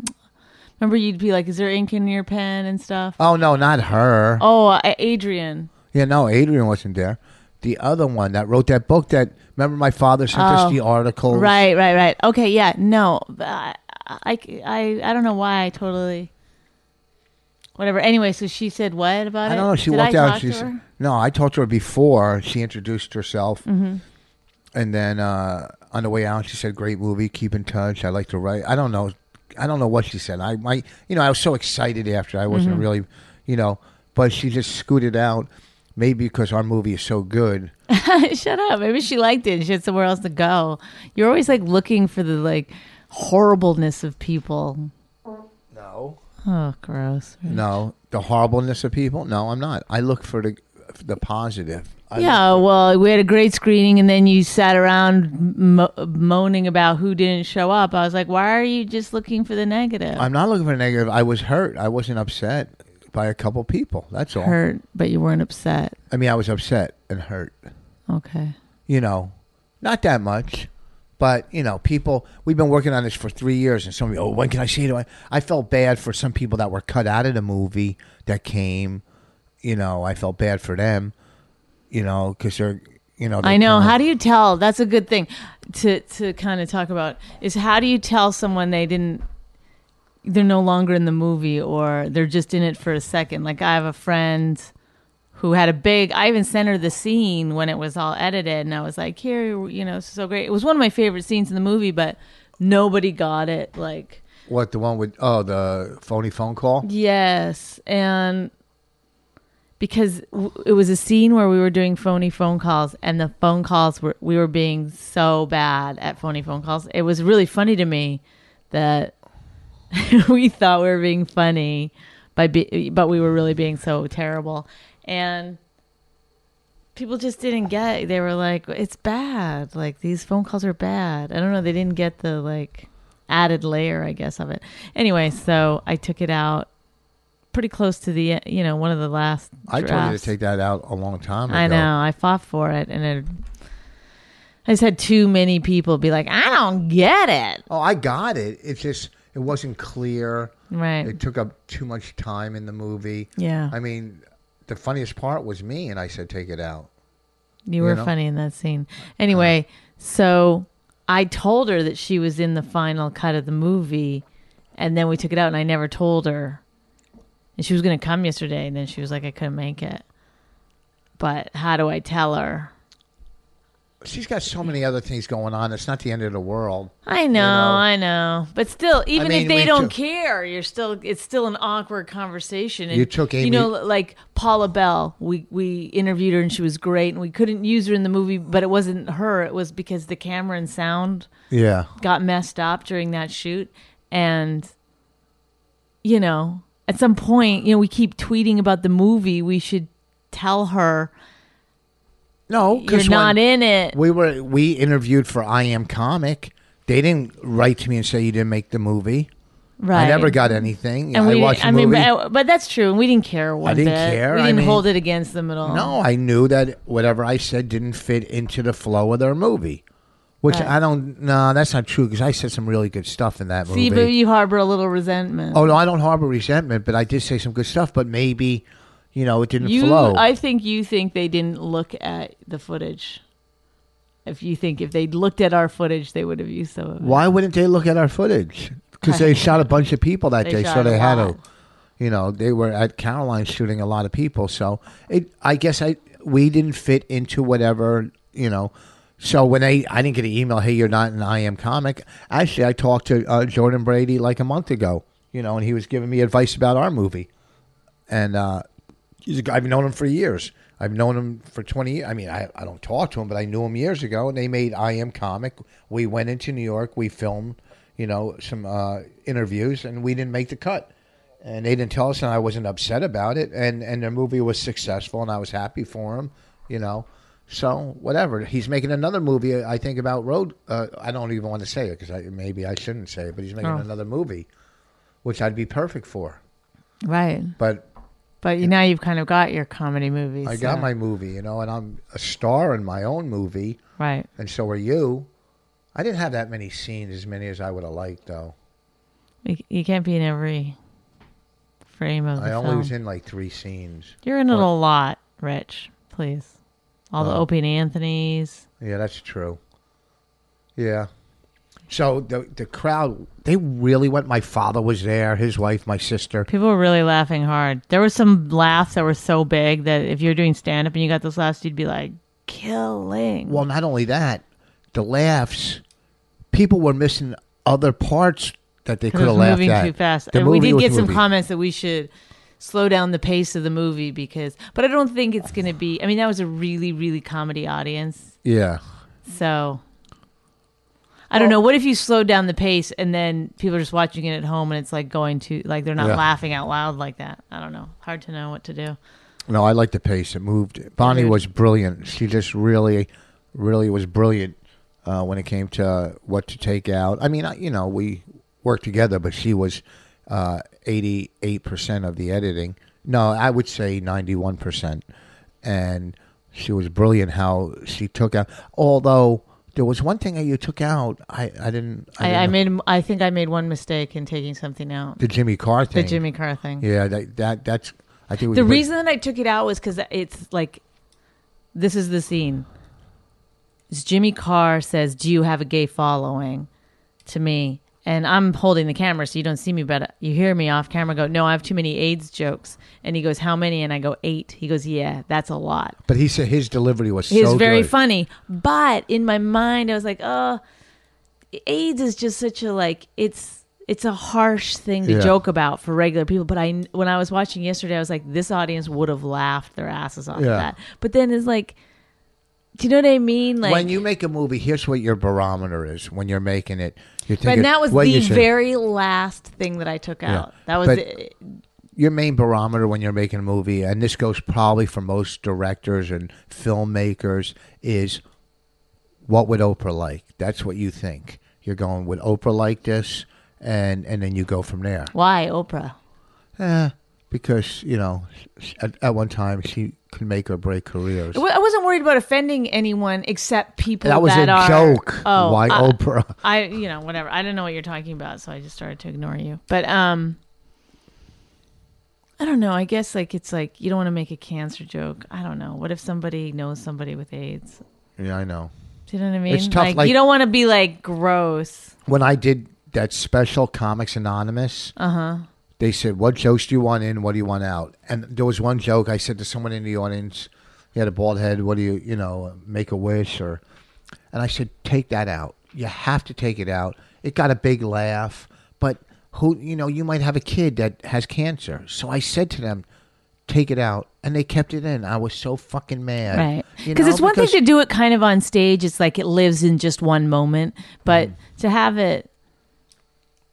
Speaker 2: Remember, you'd be like, "Is there ink in your pen and stuff?"
Speaker 1: Oh no, not her.
Speaker 2: Oh, uh, Adrian.
Speaker 1: Yeah, no, Adrian wasn't there. The other one that wrote that book that remember my father sent us
Speaker 2: Oh,
Speaker 1: the article.
Speaker 2: Right, right, right. Okay, yeah, no, but I, I, I, I don't know why I totally. Whatever. Anyway, so she said what about
Speaker 1: I
Speaker 2: it?
Speaker 1: don't know. She
Speaker 2: Did
Speaker 1: walked
Speaker 2: I
Speaker 1: out.
Speaker 2: talk
Speaker 1: she
Speaker 2: to
Speaker 1: said-
Speaker 2: her?
Speaker 1: "No, I talked to her before she introduced herself."
Speaker 2: Mm-hmm.
Speaker 1: And then uh, on the way out, she said, "Great movie. Keep in touch. I like to write." I don't know. I don't know what she said. I might, you know, I was so excited after. I wasn't
Speaker 2: Mm-hmm.
Speaker 1: really, you know, but she just scooted out. Maybe because our movie is so good.
Speaker 2: Shut up. Maybe she liked it and she had somewhere else to go. You're always like looking for the like horribleness of people.
Speaker 1: No.
Speaker 2: Oh, gross.
Speaker 1: No, the horribleness of people. No, I'm not. I look for the the positive. I
Speaker 2: Yeah, well, we had a great screening, and then you sat around mo- moaning about who didn't show up. I was like, why are you just looking for the negative?
Speaker 1: I'm not looking for a negative. I was hurt. I wasn't upset by a couple people. That's all.
Speaker 2: hurt, but you weren't upset.
Speaker 1: I mean, I was upset and hurt.
Speaker 2: Okay.
Speaker 1: You know, not that much, but you know, people. We've been working on this for three years, and somebody, oh, when can I see it? I felt bad for some people that were cut out of the movie that came. You know, I felt bad for them. You know, because they're, you know,
Speaker 2: I know. How do you tell? That's a good thing to to kind of talk about. Is how do you tell someone they didn't? They're no longer in the movie, or they're just in it for a second. Like I have a friend who had a big. I even sent her the scene when it was all edited, and I was like, "Here, you know, this is so great." It was one of my favorite scenes in the movie, but nobody got it. Like,
Speaker 1: what the one with oh the phony phone call?
Speaker 2: yes, and because w- it was a scene where we were doing phony phone calls and the phone calls were we were being so bad at phony phone calls it was really funny to me that we thought we were being funny by be, but we were really being so terrible and people just didn't get it. they were like it's bad like these phone calls are bad i don't know they didn't get the like added layer i guess of it anyway so i took it out pretty close to the e- you know one of the last
Speaker 1: I told you to
Speaker 2: drafts.
Speaker 1: take that out a long time ago.
Speaker 2: I know. I fought for it, and it, I just had too many people be like, "I don't get it."
Speaker 1: Oh, I got it. It's just it wasn't clear.
Speaker 2: Right.
Speaker 1: It took up too much time in the movie.
Speaker 2: Yeah.
Speaker 1: I mean, the funniest part was me, and I said, "Take it out."
Speaker 2: You were
Speaker 1: know?
Speaker 2: funny in that scene. Anyway, so I told her that she was in the final cut of the movie, and then we took it out, and I never told her. And she was going to come yesterday, and then she was like, "I couldn't make it." But how do I tell her?
Speaker 1: She's got so many other things going on. It's not the end of the world.
Speaker 2: I know,
Speaker 1: know?
Speaker 2: I know, but still, even
Speaker 1: mean,
Speaker 2: if they
Speaker 1: we
Speaker 2: don't
Speaker 1: took-
Speaker 2: care, you're still it's still an awkward conversation. And,
Speaker 1: You took Amy-
Speaker 2: you know, like Paula Bell. We we interviewed her and she was great, and we couldn't use her in the movie, but it wasn't her. It was because the camera and sound
Speaker 1: Yeah.
Speaker 2: got messed up during that shoot, and you know, at some point, you know, we keep tweeting about the movie. We should tell her
Speaker 1: No,
Speaker 2: you're
Speaker 1: because
Speaker 2: not in it.
Speaker 1: We were we interviewed for I Am Comic. They didn't write to me and say you didn't make the movie.
Speaker 2: Right.
Speaker 1: I never got anything.
Speaker 2: And
Speaker 1: I
Speaker 2: we,
Speaker 1: watched the
Speaker 2: I mean,
Speaker 1: movie.
Speaker 2: but, but that's true. And we didn't care one
Speaker 1: didn't
Speaker 2: bit.
Speaker 1: care.
Speaker 2: We
Speaker 1: I
Speaker 2: didn't
Speaker 1: mean-
Speaker 2: hold it against them at all.
Speaker 1: No, I knew that whatever I said didn't fit into the flow of their movie, which
Speaker 2: Right.
Speaker 1: I don't. No, that's not true because I said some really good stuff in that
Speaker 2: See, but
Speaker 1: movie.
Speaker 2: you harbor a little resentment.
Speaker 1: oh no, I don't harbor resentment, but I did say some good stuff. But maybe, you know, it didn't
Speaker 2: you,
Speaker 1: flow.
Speaker 2: I think you think they didn't look at the footage. If you think if they'd looked at our footage, they would have used some of it.
Speaker 1: Why wouldn't they look at our footage? Because they shot a bunch of people that
Speaker 2: They
Speaker 1: day,
Speaker 2: shot
Speaker 1: so
Speaker 2: a
Speaker 1: they had
Speaker 2: lot.
Speaker 1: to. You know, they were at Caroline shooting a lot of people. So it, I guess I we didn't fit into whatever you know. So when they, I didn't get an email. Hey, you're not an I am comic. Actually, I talked to uh, Jordan Brady like a month ago. You know, and he was giving me advice about our movie, and uh, he's a guy, I've known him for years. I've known him for 20 years. I mean, I, I don't talk to him, but I knew him years ago, and they made I Am Comic. We went into New York. We filmed, you know, some uh, interviews, and we didn't make the cut. And they didn't tell us, and I wasn't upset about it. And, and the movie was successful, and I was happy for him, you know. So, whatever. He's making another movie, I think, about road. Uh, I don't even want to say it because I, maybe I shouldn't say it, but he's making
Speaker 2: Oh.
Speaker 1: another movie, which I'd be perfect for.
Speaker 2: Right.
Speaker 1: But
Speaker 2: But you, now you've kind of got your comedy movies.
Speaker 1: I got
Speaker 2: so-
Speaker 1: my movie, you know, and I'm a star in my own movie,
Speaker 2: Right.
Speaker 1: and so are you. I didn't have that many scenes, as many as I would have liked, though.
Speaker 2: You, you can't be in every frame of the
Speaker 1: I only
Speaker 2: film.
Speaker 1: was in like three scenes.
Speaker 2: You're in it a lot, Rich. Please. All the Opie and Anthony's.
Speaker 1: Yeah, that's true. Yeah. So the the crowd, they really went. My father was there, his wife, my sister.
Speaker 2: People were really laughing hard. There were some laughs that were so big that if you're doing stand up and you got those laughs, you'd be like, killing.
Speaker 1: Well, not only that, the laughs. People were missing other parts that they could
Speaker 2: It
Speaker 1: have
Speaker 2: was
Speaker 1: laughed
Speaker 2: moving
Speaker 1: at.
Speaker 2: too fast.
Speaker 1: The
Speaker 2: and we
Speaker 1: movie
Speaker 2: did
Speaker 1: was
Speaker 2: get some
Speaker 1: moving.
Speaker 2: comments that we should slow down the pace of the movie because, but I don't think it's going to be. I mean, that was a really, really comedy audience.
Speaker 1: Yeah.
Speaker 2: So I don't know. What if you slowed down the pace and then people are just watching it at home and it's like going to, like they're not
Speaker 1: Yeah.
Speaker 2: laughing out loud like that? I don't know. Hard to know what to do.
Speaker 1: No, I like the pace. It moved. Bonnie
Speaker 2: Agreed.
Speaker 1: was brilliant. She just really, really was brilliant uh, when it came to what to take out. I mean, I, you know, we worked together, but she was uh, eighty-eight percent of the editing. No, I would say ninety-one percent, and she was brilliant how she took out. Although there was one thing that you took out, I, I didn't.
Speaker 2: I,
Speaker 1: didn't
Speaker 2: I
Speaker 1: know-
Speaker 2: made, I think I made one mistake in taking something out
Speaker 1: the Jimmy Carr
Speaker 2: the
Speaker 1: thing.
Speaker 2: Jimmy Carr thing.
Speaker 1: Yeah, that, that that's. I think we
Speaker 2: The
Speaker 1: put-
Speaker 2: reason that I took it out was because it's like, this is the scene. It's Jimmy Carr says, "Do you have a gay following?" to me, and I'm holding the camera, so you don't see me, but you hear me off camera go, "No, I have too many AIDS jokes." And he goes, "How many?" And I go, eight. He goes, "Yeah, that's a lot."
Speaker 1: But he said his delivery was
Speaker 2: He was
Speaker 1: so
Speaker 2: very
Speaker 1: good.
Speaker 2: funny, but in my mind, I was like, "Oh, AIDS is just such a like it's." It's a harsh thing to
Speaker 1: Yeah.
Speaker 2: joke about for regular people, but I when I was watching yesterday, I was like, this audience would have laughed their asses off
Speaker 1: Yeah.
Speaker 2: at that. But then it's like, do you know what I mean? Like
Speaker 1: when you make a movie, here's what your barometer is when you're making it. You're thinking,
Speaker 2: And that was
Speaker 1: what
Speaker 2: the
Speaker 1: you should-
Speaker 2: very last thing that I took
Speaker 1: Yeah.
Speaker 2: out. That was
Speaker 1: But-
Speaker 2: it.
Speaker 1: your main barometer when you're making a movie, and this goes probably for most directors and filmmakers, is what would Oprah like? That's what you think. You're going, would Oprah like this? And and then you go from there.
Speaker 2: why Oprah.
Speaker 1: Eh, because you know, at, at one time she could make or break careers.
Speaker 2: I wa- I wasn't worried about offending anyone except people
Speaker 1: That was a
Speaker 2: are-
Speaker 1: joke.
Speaker 2: Oh,
Speaker 1: Why
Speaker 2: I-
Speaker 1: Oprah?
Speaker 2: I you know whatever. I don't know what you're talking about, so I just started to ignore you. But um, I don't know. I guess like it's like you don't want to make a cancer joke. I don't know. What if somebody knows somebody with AIDS?
Speaker 1: Yeah, I know.
Speaker 2: Do you know what I mean?
Speaker 1: It's tough, like-
Speaker 2: you don't want to be like gross.
Speaker 1: when I did that special Comics Anonymous,
Speaker 2: Uh-huh.
Speaker 1: they said, "What jokes do you want in? What do you want out?" And there was one joke I said to someone in the audience, "He had a bald head. What do you, you know, make a wish or?" And I said, "Take that out. You have to take it out." It got a big laugh, but who, you know, you might have a kid that has cancer. So I said to them, "Take it out," and they kept it in. I was so fucking mad,
Speaker 2: right
Speaker 1: You
Speaker 2: because
Speaker 1: know,
Speaker 2: it's one
Speaker 1: because-
Speaker 2: thing to do it kind of on stage it's like it lives in just one moment
Speaker 1: Mm.
Speaker 2: but to have it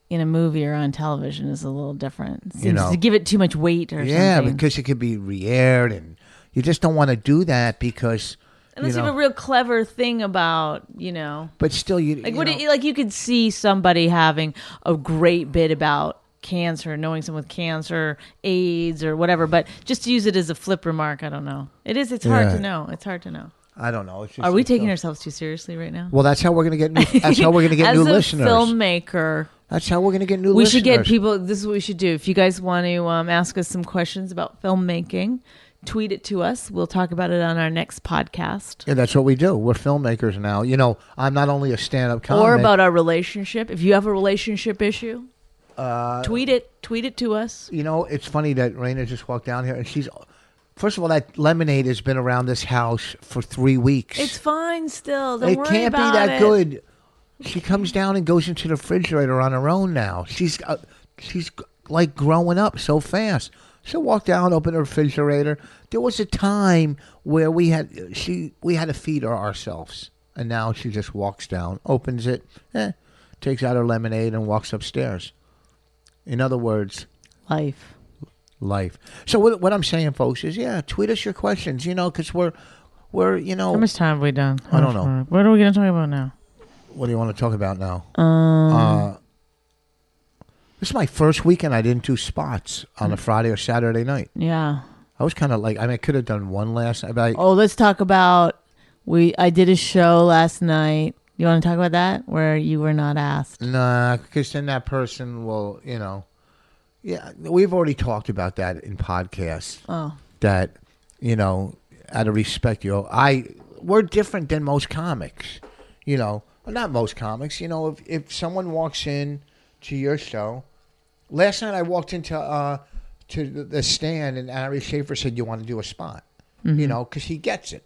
Speaker 2: in a movie or on television is a little different Seems
Speaker 1: know.
Speaker 2: to give it too much weight or
Speaker 1: Yeah,
Speaker 2: something
Speaker 1: because it could be re-aired, and you just don't want to do that because.
Speaker 2: unless
Speaker 1: you
Speaker 2: you,
Speaker 1: know,
Speaker 2: have a real clever thing about you know
Speaker 1: but still, you
Speaker 2: like
Speaker 1: you
Speaker 2: what
Speaker 1: know,
Speaker 2: it, like you could see somebody having a great bit about cancer knowing someone with cancer aids or whatever but just to use it as a flip remark i don't know it is it's hard
Speaker 1: Yeah.
Speaker 2: to know it's hard to know
Speaker 1: I don't know. It's just,
Speaker 2: are we
Speaker 1: it's
Speaker 2: taking
Speaker 1: so-
Speaker 2: ourselves too seriously right now
Speaker 1: Well, that's how we're gonna get. New, that's how we're gonna get
Speaker 2: As
Speaker 1: new
Speaker 2: a
Speaker 1: listeners.
Speaker 2: filmmaker,
Speaker 1: that's how we're gonna get new.
Speaker 2: we
Speaker 1: listeners.
Speaker 2: should get people. This is what we should do. If you guys want to um, ask us some questions about filmmaking, tweet it to us. We'll talk about it on our next podcast.
Speaker 1: Yeah, that's what we do. We're filmmakers now. You know, I'm not only a stand-up comic.
Speaker 2: Or about our relationship. If you have a relationship issue,
Speaker 1: Uh,
Speaker 2: tweet it. Tweet it to us.
Speaker 1: You know, it's funny that Raina just walked down here and she's. First of all, that lemonade has been around this house for three weeks.
Speaker 2: It's fine still. Don't
Speaker 1: it
Speaker 2: worry
Speaker 1: can't be
Speaker 2: about
Speaker 1: that
Speaker 2: it.
Speaker 1: good. She comes down and goes into the refrigerator on her own now. She's uh, she's g- like growing up so fast. She'll walk down, open the refrigerator. There was a time where we had she we had to feed her ourselves, and now she just walks down, opens it, eh, takes out her lemonade, and walks upstairs. In other words,
Speaker 2: Life.
Speaker 1: life. So what, what I'm saying, folks, is yeah, tweet us your questions. You know, because we're we're you know
Speaker 2: How much time have we done?
Speaker 1: I don't know.
Speaker 2: What are we going to talk about now?
Speaker 1: What do you want to talk about now? uh, this is my first weekend I didn't do spots on a Friday or Saturday night.
Speaker 2: Yeah.
Speaker 1: I was kind of like, I mean, I could have done one last night, but I,
Speaker 2: Oh, let's talk about we. I did a show last night. You want to talk about that where you were not asked?
Speaker 1: nah, because then that person will, you know. Yeah, we've already talked about that in podcasts.
Speaker 2: Oh,
Speaker 1: that you know out of respect you know, i we're different than most comics you know not most comics you know if, if someone walks in to your show last night i walked into uh to the- the stand and ari schaefer said you want to do a spot you know because he gets it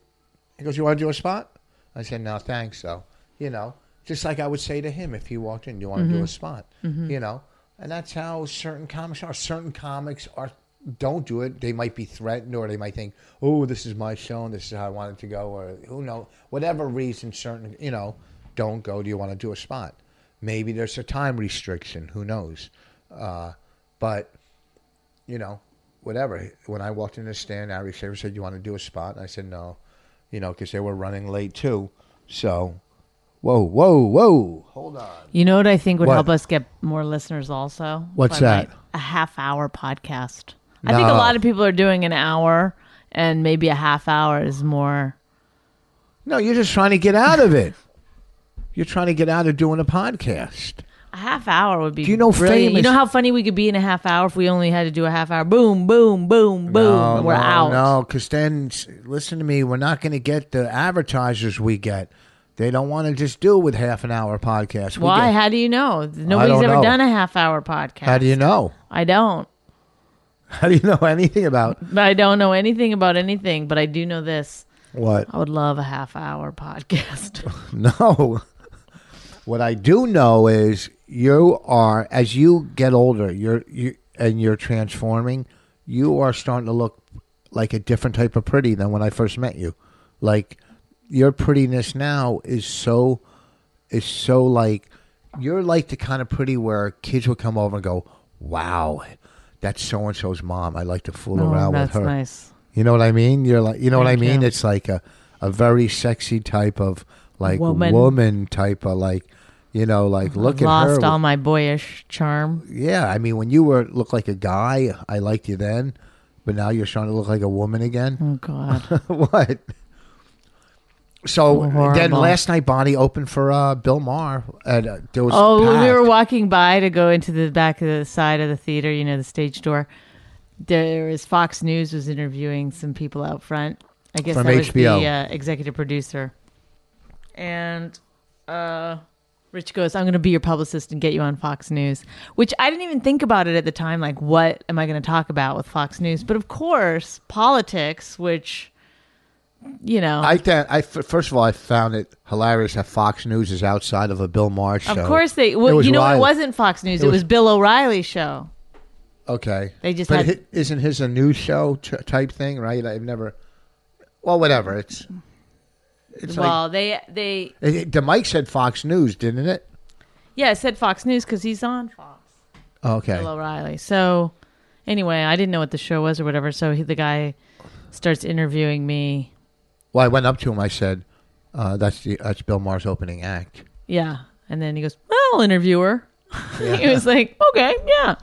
Speaker 1: he goes you want to do a spot i said no thanks though you know just like i would say to him if he walked in you want to do a spot you know and that's how certain comics are certain comics are don't do it they might be threatened or they might think oh this is my show and this is how i want it to go or who know whatever reason certain you know don't go do you want to do a spot maybe there's a time restriction who knows uh, but you know, whatever. When I walked in the stand, Ari Shaver said, "You want to do a spot?" And I said, "No," you know, because they were running late too. So, whoa, whoa, whoa, hold on.
Speaker 2: you know what I think would
Speaker 1: What?
Speaker 2: help us get more listeners also.
Speaker 1: What's
Speaker 2: If I might?
Speaker 1: that?
Speaker 2: A half hour podcast. I think a
Speaker 1: No.
Speaker 2: lot of people are doing an hour, and maybe a half hour is more.
Speaker 1: No, you're just trying to get out of it. You're trying to get out of doing a podcast.
Speaker 2: A half hour would be.
Speaker 1: Do you know
Speaker 2: brilliant. You
Speaker 1: famous-
Speaker 2: know how funny we could be in a half hour if we only had to do a half hour. Boom, boom, boom, boom. and we're
Speaker 1: no,
Speaker 2: out.
Speaker 1: No, because then s- listen to me. We're not going to get the advertisers we get. They don't want to just do with half an hour podcast. We
Speaker 2: Why?
Speaker 1: get-
Speaker 2: How do you know? Nobody's
Speaker 1: don't
Speaker 2: ever
Speaker 1: know.
Speaker 2: done a half hour podcast.
Speaker 1: How do you know?
Speaker 2: I don't.
Speaker 1: How do you know anything about
Speaker 2: But I don't know anything about anything, but I do know this.
Speaker 1: what?
Speaker 2: I would love a half hour podcast.
Speaker 1: No. What I do know is you are as you get older, you're you and you're transforming, you are starting to look like a different type of pretty than when I first met you. Like your prettiness now is so is so like you're like the kind of pretty where kids will come over and go, "Wow, that's so and so's mom. I like to fool
Speaker 2: oh,
Speaker 1: around with
Speaker 2: that's
Speaker 1: her."
Speaker 2: nice.
Speaker 1: You know what I mean? You're like, you know what I
Speaker 2: Thank
Speaker 1: mean?
Speaker 2: you.
Speaker 1: It's like a, a very sexy type of like
Speaker 2: Woman. Uh-huh.
Speaker 1: woman, type of like, you know, like look
Speaker 2: Lost
Speaker 1: at her.
Speaker 2: all my boyish charm.
Speaker 1: yeah, I mean, when you were looked like a guy, I liked you then, but now you're starting to look like a woman again.
Speaker 2: Oh God.
Speaker 1: what? So then
Speaker 2: horrible.
Speaker 1: last night, Bonnie opened for uh, Bill Maher, and uh, there was
Speaker 2: oh, when we
Speaker 1: packed.
Speaker 2: were walking by to go into the back of the side of the theater, you know, the stage door. There was Fox News was interviewing some people out front. I guess
Speaker 1: From
Speaker 2: that was
Speaker 1: HBO.
Speaker 2: the uh, executive producer. And uh, Rich goes, I'm going to be your publicist and get you on Fox News, which I didn't even think about it at the time. Like, what am I going to talk about with Fox News? But of course, politics, which, you know,
Speaker 1: I th- I f- first of all, I found it hilarious that Fox News is outside of a Bill Maher show.
Speaker 2: of course they,
Speaker 1: It
Speaker 2: well,
Speaker 1: was
Speaker 2: you know, it
Speaker 1: wild.
Speaker 2: wasn't Fox News, it,
Speaker 1: It
Speaker 2: was,
Speaker 1: was-
Speaker 2: Bill O'Reilly's show.
Speaker 1: Okay.
Speaker 2: They just
Speaker 1: but
Speaker 2: had-
Speaker 1: hi- isn't his a news show t- type thing, right? I've never. Well, whatever. It's it's
Speaker 2: well, they, they,
Speaker 1: like it- it- the mic said Fox News, didn't it?
Speaker 2: yeah, it said Fox News because he's on Fox. Oh,
Speaker 1: Okay.
Speaker 2: Bill O'Reilly. So anyway, I didn't know what the show was or whatever. So he, the guy starts interviewing me.
Speaker 1: Well, I went up to him. I said, uh, "That's the, that's Bill Maher's opening act."
Speaker 2: Yeah. And then he goes, well, interviewer. he was like, okay, yeah.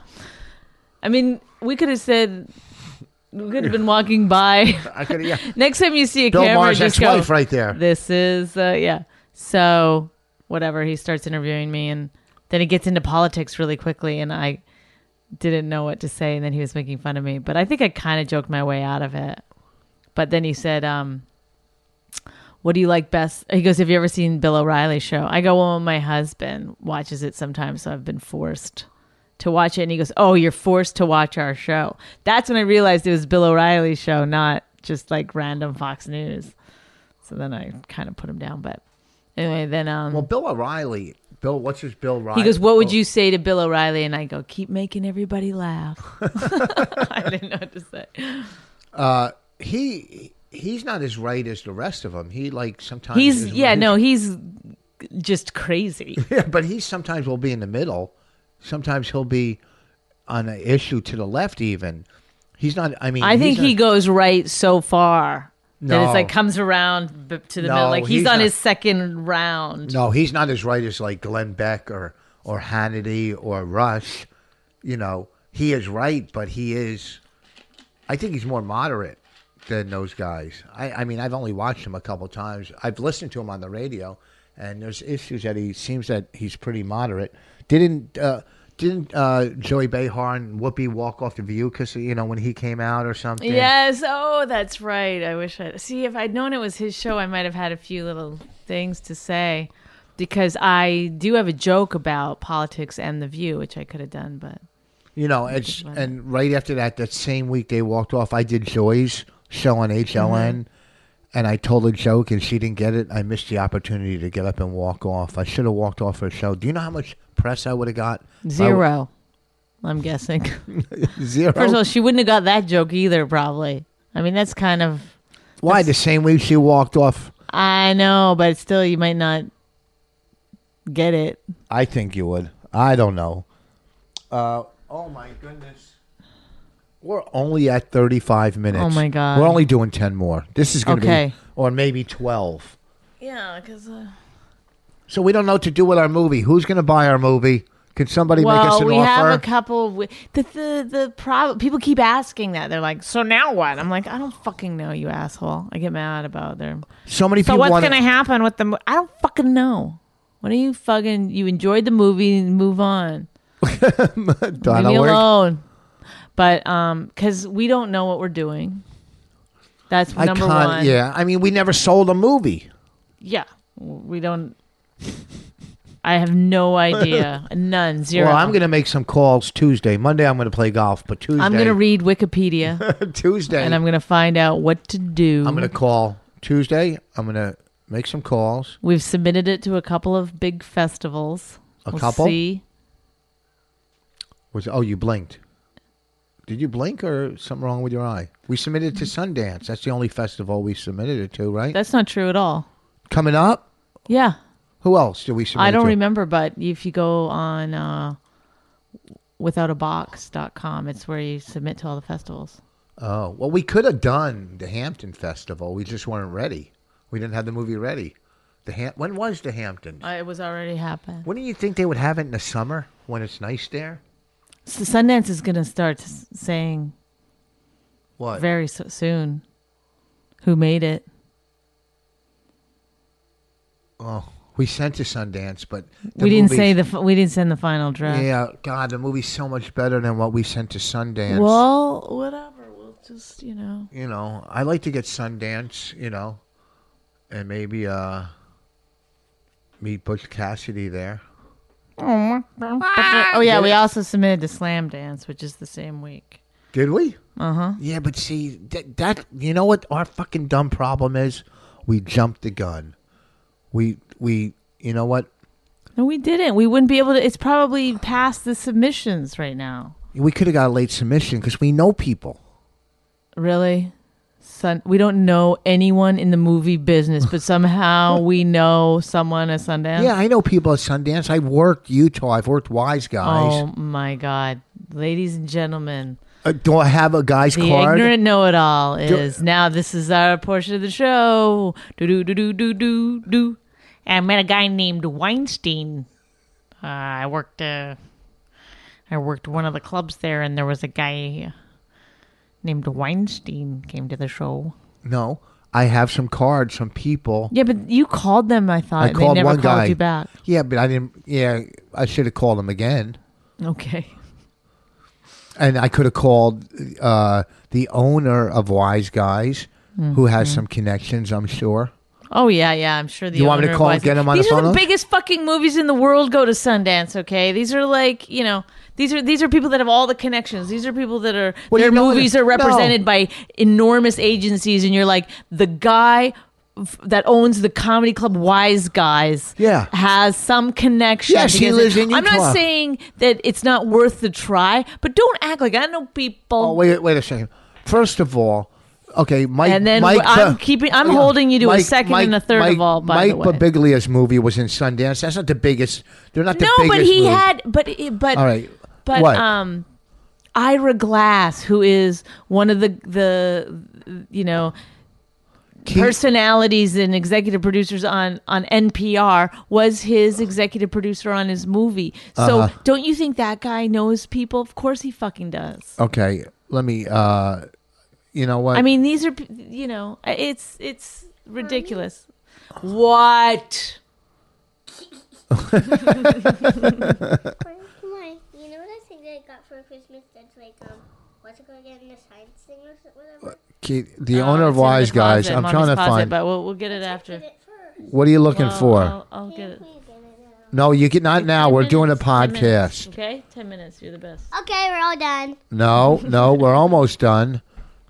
Speaker 2: I mean, we could have said, we could have been walking by.
Speaker 1: I could, yeah.
Speaker 2: Next time you see a
Speaker 1: Bill
Speaker 2: camera,
Speaker 1: Maher's
Speaker 2: just go,
Speaker 1: ex-wife, right there.
Speaker 2: this is, uh, yeah. So whatever, he starts interviewing me and then he gets into politics really quickly. And I didn't know what to say. And then he was making fun of me, but I think I kind of joked my way out of it. But then he said, um, what do you like best? He goes, Have you ever seen Bill O'Reilly's show? I go, Well, my husband watches it sometimes, so I've been forced to watch it, and he goes, "Oh, you're forced to watch our show." That's when I realized it was Bill O'Reilly's show, not just like random Fox News. So then I kind of put him down. But anyway, then um,
Speaker 1: Well, oh. Bill O'Reilly. Bill, what's his Bill O'Reilly?
Speaker 2: he goes, "What would you say to Bill O'Reilly?" And I go, "Keep making everybody laugh." I didn't know what to say.
Speaker 1: He he's not as right as the rest of them. He like sometimes
Speaker 2: He's
Speaker 1: is
Speaker 2: yeah,
Speaker 1: right.
Speaker 2: no, he's just crazy.
Speaker 1: Yeah, but he sometimes will be in the middle. Sometimes he'll be on an issue to the left. Even he's not. I mean,
Speaker 2: I
Speaker 1: he's
Speaker 2: think
Speaker 1: not-
Speaker 2: he goes right so far that
Speaker 1: No.
Speaker 2: it's like comes around b- to the
Speaker 1: No,
Speaker 2: middle. Like he's,
Speaker 1: he's
Speaker 2: on
Speaker 1: not-
Speaker 2: his second round.
Speaker 1: No, he's not as right as like Glenn Beck or or Hannity or Rush. You know, he is right, but he is. I think he's more moderate than those guys. I, I mean, I've only watched him a couple times. I've listened to him on the radio, and there's issues that he seems that he's pretty moderate. Didn't uh, didn't uh, Joey Behar and Whoopi walk off the view because you know when he came out or something?
Speaker 2: Yes. Oh, that's right. I wish I see if I'd known it was his show, I might have had a few little things to say because I do have a joke about politics and the View, which I could have done, but
Speaker 1: You know, it's and right after that, that same week they walked off. I did Joy's show on HLN,
Speaker 2: Mm-hmm.
Speaker 1: and I told a joke, and she didn't get it. I missed the opportunity to get up and walk off. I should have walked off her show. Do you know how much press I would have got? If I w-
Speaker 2: zero.
Speaker 1: Oh.
Speaker 2: I'm guessing.
Speaker 1: zero.
Speaker 2: First of all, she wouldn't have got that joke either, probably. I mean, that's kind of
Speaker 1: Why the same week she walked off?
Speaker 2: I know, but still, you might not get it.
Speaker 1: I think you would. I don't know. Uh, oh my goodness. We're only at 35 minutes.
Speaker 2: Oh, my God.
Speaker 1: We're only doing 10 more. This is going to
Speaker 2: Okay.
Speaker 1: be, or maybe 12.
Speaker 2: Yeah, because uh,
Speaker 1: So we don't know what to do with our movie. Who's going to buy our movie? Can somebody make us
Speaker 2: well,
Speaker 1: an
Speaker 2: we
Speaker 1: offer?
Speaker 2: have a couple. Of, the the the problem. People keep asking that. They're like, "So now what?" I'm like, "I don't fucking know, you asshole." I get mad about them.
Speaker 1: so many
Speaker 2: So
Speaker 1: people
Speaker 2: what's
Speaker 1: want
Speaker 2: gonna happen with the? Mo- I don't fucking know. What are you fucking? You enjoyed the movie and move on. Leave me alone. But um, because we don't know what we're doing. That's
Speaker 1: I
Speaker 2: number
Speaker 1: can't-
Speaker 2: one.
Speaker 1: Yeah, I mean, we never sold a movie.
Speaker 2: Yeah, we don't. I have no idea. None. Zero.
Speaker 1: Well, I'm going to make some calls Tuesday. Monday, I'm going to play golf, but Tuesday,
Speaker 2: I'm gonna read Wikipedia
Speaker 1: Tuesday,
Speaker 2: and I'm gonna find out what to do.
Speaker 1: I'm going to call Tuesday. I'm going to make some calls.
Speaker 2: We've submitted it to a couple of big festivals.
Speaker 1: A
Speaker 2: We'll
Speaker 1: couple?
Speaker 2: See.
Speaker 1: Was oh, you blinked? Did you blink or something wrong with your eye? We submitted to Sundance. That's the only festival we submitted it to, right?
Speaker 2: That's not true at all.
Speaker 1: Coming up,
Speaker 2: Yeah,
Speaker 1: who else did we submit?
Speaker 2: I
Speaker 1: it
Speaker 2: don't
Speaker 1: to?
Speaker 2: remember, but if you go on uh, withoutabox.com, it's where you submit to all the festivals.
Speaker 1: Oh well, we could have done the Hampton Festival. We just weren't ready. We didn't have the movie ready. The Ham- when was the Hamptons?
Speaker 2: Uh, it was already happened.
Speaker 1: When do you think they would have it in the summer when it's nice there?
Speaker 2: So Sundance is gonna start s- saying
Speaker 1: What?
Speaker 2: very so- soon. Who made it?
Speaker 1: oh, we sent to Sundance, but the
Speaker 2: we didn't
Speaker 1: movie's-
Speaker 2: say the fi- we didn't send the final draft.
Speaker 1: Yeah, God, the movie's so much better than what we sent to Sundance.
Speaker 2: Well, whatever. We'll just you know.
Speaker 1: you know, I like to get Sundance, you know, and maybe uh meet Butch Cassidy there.
Speaker 2: Oh yeah, we also submitted to Slam Dance, which is the same week.
Speaker 1: Did we? Uh huh.
Speaker 2: Uh-huh.
Speaker 1: Yeah, but see that that you know what our fucking dumb problem is? We jumped the gun. We we you know what?
Speaker 2: No, we didn't. We wouldn't be able to. It's probably past the submissions right now.
Speaker 1: We could have got a late submission because we know people.
Speaker 2: Really, Sun. We don't know anyone in the movie business, but somehow we know someone at Sundance.
Speaker 1: Yeah, I know people at Sundance. I worked Utah. I've worked Wise Guys.
Speaker 2: Oh my God, ladies and gentlemen.
Speaker 1: Uh, do I have a guy's
Speaker 2: The
Speaker 1: card?
Speaker 2: ignorant know-it-all is now. This is our portion of the show. Do do do do do do do. And I met a guy named Weinstein. Uh, I worked. Uh, I worked one of the clubs there, and there was a guy named Weinstein came to the show.
Speaker 1: No, I have some cards from people.
Speaker 2: Yeah, but you called them. I thought
Speaker 1: I
Speaker 2: they
Speaker 1: called
Speaker 2: never
Speaker 1: one
Speaker 2: called
Speaker 1: guy.
Speaker 2: you back.
Speaker 1: Yeah, but I didn't. Yeah, I should have called him again,
Speaker 2: Okay.
Speaker 1: and I could have called
Speaker 2: Mm-hmm.
Speaker 1: uh, the owner of Wise Guys, who has some connections, I'm sure.
Speaker 2: Oh yeah, yeah. I'm sure the
Speaker 1: You want me to
Speaker 2: owner
Speaker 1: call and
Speaker 2: buys-
Speaker 1: get him on the
Speaker 2: These are
Speaker 1: phone
Speaker 2: the
Speaker 1: hook?
Speaker 2: biggest fucking movies in the world go to Sundance. Okay, these are like you know. These are these are people that have all the connections. These are people that are
Speaker 1: Well,
Speaker 2: their
Speaker 1: you know-
Speaker 2: movies are represented
Speaker 1: no.
Speaker 2: by enormous agencies, and you're like the guy f- that owns the comedy club, Wise Guys,
Speaker 1: Yeah.
Speaker 2: has some connection.
Speaker 1: Yes, he
Speaker 2: because-
Speaker 1: lives in
Speaker 2: I'm
Speaker 1: Utah.
Speaker 2: not saying that it's not worth the try, but don't act like I know people.
Speaker 1: Oh, wait, wait a second. First of all, okay, Mike.
Speaker 2: And then
Speaker 1: Mike,
Speaker 2: I'm
Speaker 1: Ba-
Speaker 2: keeping- I'm
Speaker 1: Yeah.
Speaker 2: holding you to a
Speaker 1: Mike-
Speaker 2: second
Speaker 1: Mike-
Speaker 2: and a third
Speaker 1: Mike,
Speaker 2: of all, by
Speaker 1: Mike
Speaker 2: the way.
Speaker 1: Babiglia's movie was in Sundance. That's not the biggest. They're not the
Speaker 2: no,
Speaker 1: biggest.
Speaker 2: but he
Speaker 1: movies.
Speaker 2: had, but it- but
Speaker 1: All right.
Speaker 2: But
Speaker 1: What?
Speaker 2: um Ira Glass, who is one of the the you know
Speaker 1: Keith-
Speaker 2: personalities and executive producers on on NPR, was his executive producer on his movie. So
Speaker 1: Uh-huh.
Speaker 2: don't you think that guy knows people? Of course he fucking does.
Speaker 1: Okay, let me. uh You know what?
Speaker 2: I mean, these are p- you know, it's it's ridiculous. What?
Speaker 3: Why? You know what I think I got for Christmas? That's like um, what's it called again? The science thing or so- whatever.
Speaker 1: Keith, the owner of
Speaker 2: uh, It's in the
Speaker 1: Wise Guys.
Speaker 2: closet,
Speaker 1: I'm
Speaker 2: Mommy's
Speaker 1: trying to
Speaker 2: closet,
Speaker 1: find.
Speaker 2: but we'll we'll get it after.
Speaker 3: Get it first.
Speaker 1: What are you looking
Speaker 2: Well,
Speaker 1: for?
Speaker 2: I'll, I'll get it.
Speaker 3: Can we get it now?
Speaker 1: no, you get not now.
Speaker 2: 10
Speaker 1: We're doing a
Speaker 2: minutes, 10 minutes,
Speaker 1: podcast.
Speaker 2: Okay, ten minutes. You're the best.
Speaker 3: Okay, we're all done.
Speaker 1: No, no, we're almost done.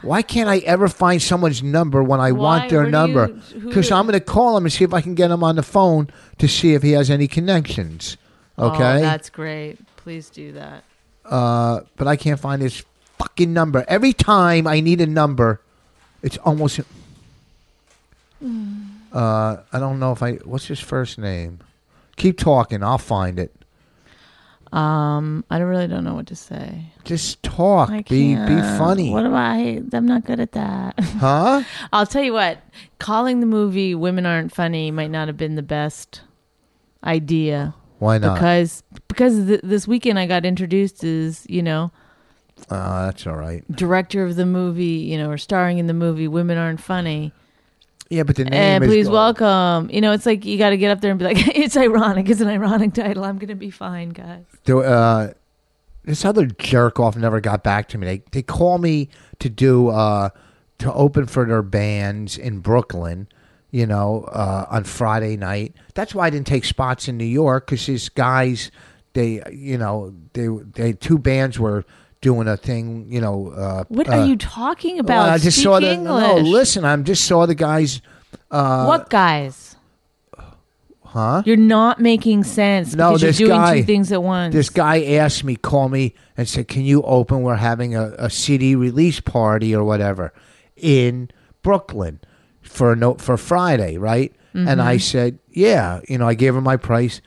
Speaker 1: Why can't I ever find someone's number when I
Speaker 2: Why?
Speaker 1: want their
Speaker 2: Where do
Speaker 1: number?
Speaker 2: you- who
Speaker 1: Because
Speaker 2: do-
Speaker 1: I'm going to call him and see if I can get him on the phone to see if he has any connections.
Speaker 2: Oh,
Speaker 1: Okay,
Speaker 2: that's great. Please do that.
Speaker 1: uh, but I can't find his fucking number. Every time I need a number, it's almost.
Speaker 2: Hmm.
Speaker 1: Uh, I don't know if I. What's his first name? Keep talking. I'll find it.
Speaker 2: Um, I don't- really don't know what to say.
Speaker 1: Just talk.
Speaker 2: I
Speaker 1: be be
Speaker 2: can't.
Speaker 1: funny,
Speaker 2: What am I? I'm not good at that.
Speaker 1: huh?
Speaker 2: I'll tell you what. Calling the movie "Women Aren't Funny" might not have been the best idea
Speaker 1: Why not?
Speaker 2: because because th- this weekend I got introduced as you know
Speaker 1: Uh, that's all right.
Speaker 2: director of the movie, you know, or starring in the movie "Women Aren't Funny."
Speaker 1: Yeah, but the name
Speaker 2: And
Speaker 1: is
Speaker 2: please welcome. You know, it's like you got to get up there and be like, "It's ironic. It's an ironic title. I'm going to be fine, guys."
Speaker 1: Do- uh, this other jerk off never got back to me. They they call me to do uh, to open for their bands in Brooklyn. You know, uh, on Friday night. That's why I didn't take spots in New York because these guys, they you know they they two bands were doing a thing. You know, uh,
Speaker 2: What
Speaker 1: uh,
Speaker 2: are you talking about?
Speaker 1: I just
Speaker 2: Speak
Speaker 1: saw the
Speaker 2: English.
Speaker 1: no. Listen, Uh, I'm just saw the guys.
Speaker 2: what guys?
Speaker 1: Huh?
Speaker 2: You're not making sense
Speaker 1: No,
Speaker 2: because
Speaker 1: this
Speaker 2: you're doing
Speaker 1: guy-
Speaker 2: two things at once.
Speaker 1: This guy asked me, called me, and said, "Can you open? We're having a, a CD release party or whatever in Brooklyn for a note for Friday, right?" And I said, "Yeah." You know, I gave him my price,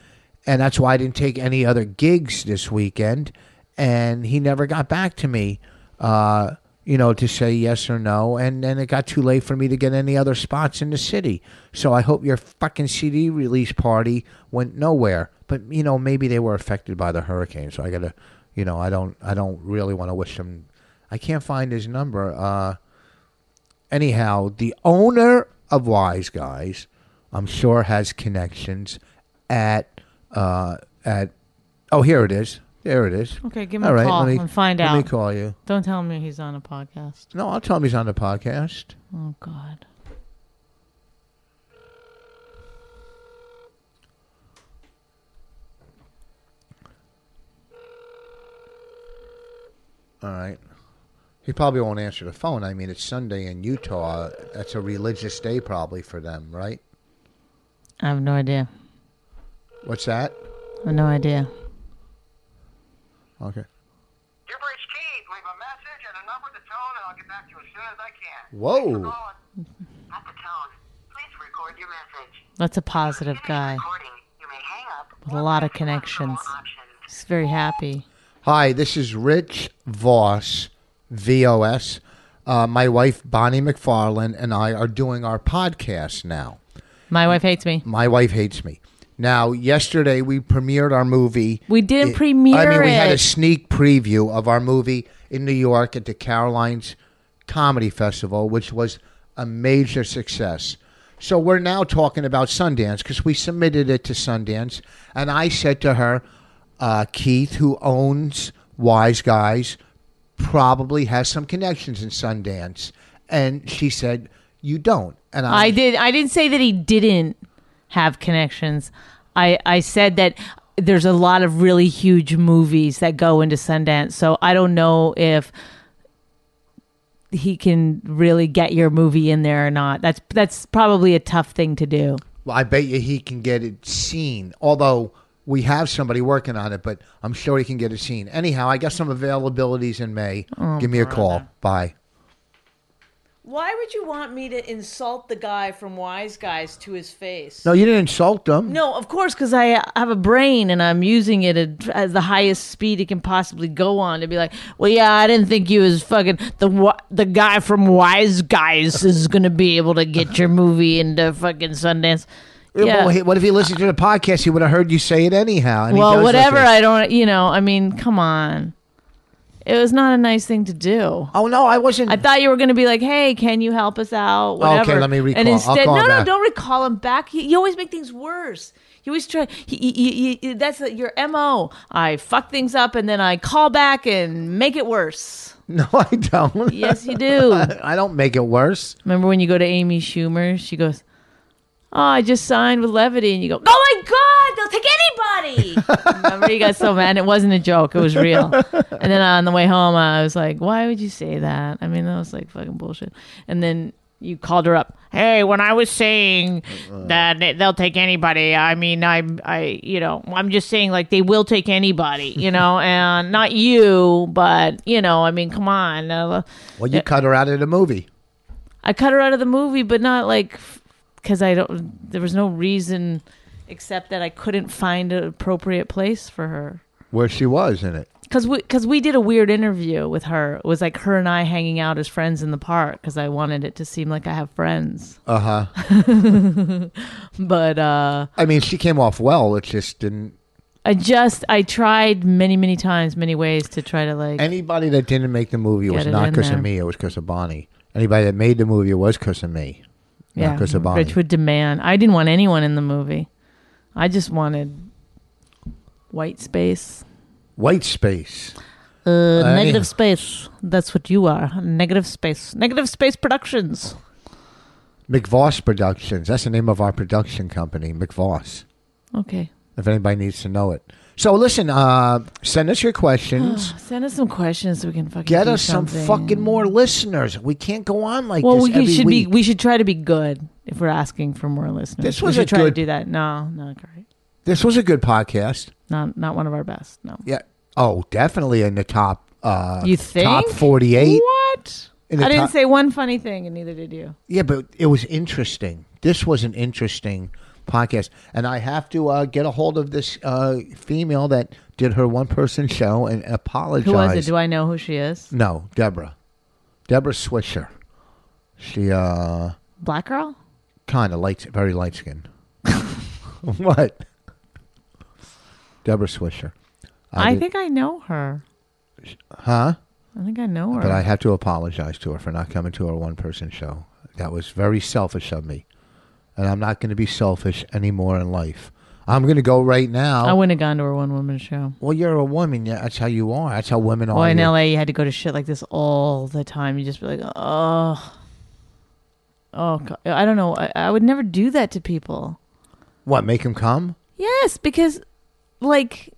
Speaker 1: and that's why I didn't take any other gigs this weekend. And he never got back to me, uh, you know, to say yes or no. And then it got too late for me to get any other spots in the city. So I hope your fucking CD release party went nowhere but you know maybe they were affected by the hurricane so i gotta you know i don't i don't really want to wish him i can't find his number uh anyhow the owner of wise guys i'm sure has connections at uh at oh here it is there it is
Speaker 2: okay, give him
Speaker 1: all
Speaker 2: a
Speaker 1: right
Speaker 2: call
Speaker 1: let me
Speaker 2: and find
Speaker 1: let
Speaker 2: out.
Speaker 1: me call you
Speaker 2: Don't tell me he's on a podcast.
Speaker 1: no i'll tell him he's on the podcast
Speaker 2: Oh God.
Speaker 1: all right he probably won't answer the phone i mean it's sunday in utah that's a religious day probably for them right
Speaker 2: I have no idea.
Speaker 1: what's that
Speaker 2: I have no idea.
Speaker 1: okay
Speaker 4: You've reached Keith. Leave a message and a number to tone, and I'll get back to you as soon as I can. Thanks for
Speaker 1: Whoa.
Speaker 4: calling. At the tone, please record your message.
Speaker 2: That's a positive guy.
Speaker 4: Recording. You may hang up.
Speaker 2: With a
Speaker 4: or
Speaker 2: lot of
Speaker 4: press one for more
Speaker 2: connections.
Speaker 4: options.
Speaker 2: He's very happy.
Speaker 1: Hi, this is Rich Voss, V O S. Uh, my wife, Bonnie McFarland, and I are doing our podcast now.
Speaker 2: My wife hates me.
Speaker 1: My wife hates me. Now, yesterday we premiered our movie.
Speaker 2: We didn't
Speaker 1: It-
Speaker 2: premiere
Speaker 1: I mean, we had a
Speaker 2: it.
Speaker 1: sneak preview of our movie in New York at the Carolines Comedy Festival, which was a major success. So we're now talking about Sundance because we submitted it to Sundance, and I said to her, uh, Keith, who owns Wise Guys, probably has some connections in Sundance, and she said, You don't. And I,
Speaker 2: I did. I didn't say that he didn't have connections. I I said that there's a lot of really huge movies that go into Sundance. So I don't know if he can really get your movie in there or not. That's that's probably a tough thing to do.
Speaker 1: Well, I bet you he can get it seen. Although we have somebody working on it, but I'm sure he can get it seen. Anyhow, I got some availabilities in May. Give me a call. Bye.
Speaker 2: Why would you want me to insult the guy from Wise Guys to his face?
Speaker 1: No, you didn't insult them.
Speaker 2: No, of course, because I have a brain and I'm using it at, at the highest speed it can possibly go on to be like, well, yeah, I didn't think you was fucking the wa- the guy from Wise Guys is gonna be able to get your movie into fucking Sundance. Yeah.
Speaker 1: Well, he- What if he listened to the podcast? He would have heard you say it anyhow. and he
Speaker 2: well,
Speaker 1: does
Speaker 2: whatever.
Speaker 1: listen.
Speaker 2: I don't. You know. I mean, come on. It was not a nice thing to do.
Speaker 1: oh no, I wasn't.
Speaker 2: I thought you were going to be like, "Hey, can you help us out?" Whatever.
Speaker 1: let me recall.
Speaker 2: And
Speaker 1: I'll
Speaker 2: instead,
Speaker 1: call
Speaker 2: no,
Speaker 1: him
Speaker 2: no,
Speaker 1: back.
Speaker 2: don't recall him back. You, you always make things worse. You always try. You, you, you, you, that's your mo. I fuck things up and then I call back and make it worse.
Speaker 1: no, I don't.
Speaker 2: Yes, you do.
Speaker 1: I don't make it worse.
Speaker 2: Remember when you go to Amy Schumer? She goes, "Oh, I just signed with Levity," and you go, "Oh my God, they'll take anybody!" Remember, you got so mad. It wasn't a joke; it was real. And then on the way home, I was like, "Why would you say that?" I mean, that was like fucking bullshit. And then you called her up. Hey, when I was saying that they- they'll take anybody, I mean, I, I, you know, I'm just saying like they will take anybody, you know, and not you, but you know, I mean, come on. Uh,
Speaker 1: Well, you cut her out of the movie.
Speaker 2: I cut her out of the movie, but not like because I don't. There was no reason except that I couldn't find an appropriate place for her.
Speaker 1: Where she was in it.
Speaker 2: Because we, cause we did a weird interview with her. It was like her and I hanging out as friends in the park because I wanted it to seem like I have friends.
Speaker 1: Uh huh.
Speaker 2: But uh,
Speaker 1: I mean, she came off well. It just didn't.
Speaker 2: I just, I tried many, many times, many ways to try to like.
Speaker 1: Anybody that didn't make the movie was
Speaker 2: Get it
Speaker 1: not
Speaker 2: in
Speaker 1: because
Speaker 2: there.
Speaker 1: of me. It was because of Bonnie. Anybody that made the movie was because of me.
Speaker 2: yeah,
Speaker 1: because of Bonnie.
Speaker 2: Rich would demand. I didn't want anyone in the movie. I just wanted white space.
Speaker 1: White space.
Speaker 2: Uh,
Speaker 1: Hey.
Speaker 2: negative space. That's what you are. Negative space. Negative space productions.
Speaker 1: McVoss Productions. That's the name of our production company, McVoss.
Speaker 2: Okay.
Speaker 1: If anybody needs to know it. So listen, uh, send us your questions.
Speaker 2: Send us some questions so we can fucking
Speaker 1: Get
Speaker 2: do
Speaker 1: us some
Speaker 2: something.
Speaker 1: fucking more listeners. We can't go on like
Speaker 2: Well,
Speaker 1: this
Speaker 2: we
Speaker 1: every
Speaker 2: should
Speaker 1: week.
Speaker 2: be. We should try to be good if we're asking for more listeners.
Speaker 1: This
Speaker 2: We
Speaker 1: was
Speaker 2: should
Speaker 1: a
Speaker 2: try
Speaker 1: good-
Speaker 2: to do that. No, not great.
Speaker 1: this was a good podcast.
Speaker 2: Not not one of our best. No.
Speaker 1: Yeah. Oh, definitely in the top. Uh,
Speaker 2: You think
Speaker 1: top forty-eight?
Speaker 2: What? I
Speaker 1: In the
Speaker 2: didn't
Speaker 1: top-
Speaker 2: say one funny thing, and neither did you.
Speaker 1: Yeah, but it was interesting. This was an interesting podcast, and I have to uh, get a hold of this uh, female that did her one-person show and apologize.
Speaker 2: Who was it? Do I know who she is?
Speaker 1: No, Deborah. Deborah Swisher. She uh
Speaker 2: Black girl.
Speaker 1: kind of light, very light skinned. what? Deborah Swisher.
Speaker 2: I,
Speaker 1: did-
Speaker 2: think I know her.
Speaker 1: Huh?
Speaker 2: I think I know her.
Speaker 1: But I have to apologize to her for not coming to our one person show. That was very selfish of me. And I'm not going to be selfish anymore in life. I'm going to go right now.
Speaker 2: I wouldn't have gone to her one woman show.
Speaker 1: well, you're a woman. Yeah, that's how you are. That's how women are.
Speaker 2: Well, in
Speaker 1: You-
Speaker 2: LA, you had to go to shit like this all the time. You just be like, oh, oh, God. I don't know. I, I would never do that to people.
Speaker 1: What, make him come?
Speaker 2: Yes, because like,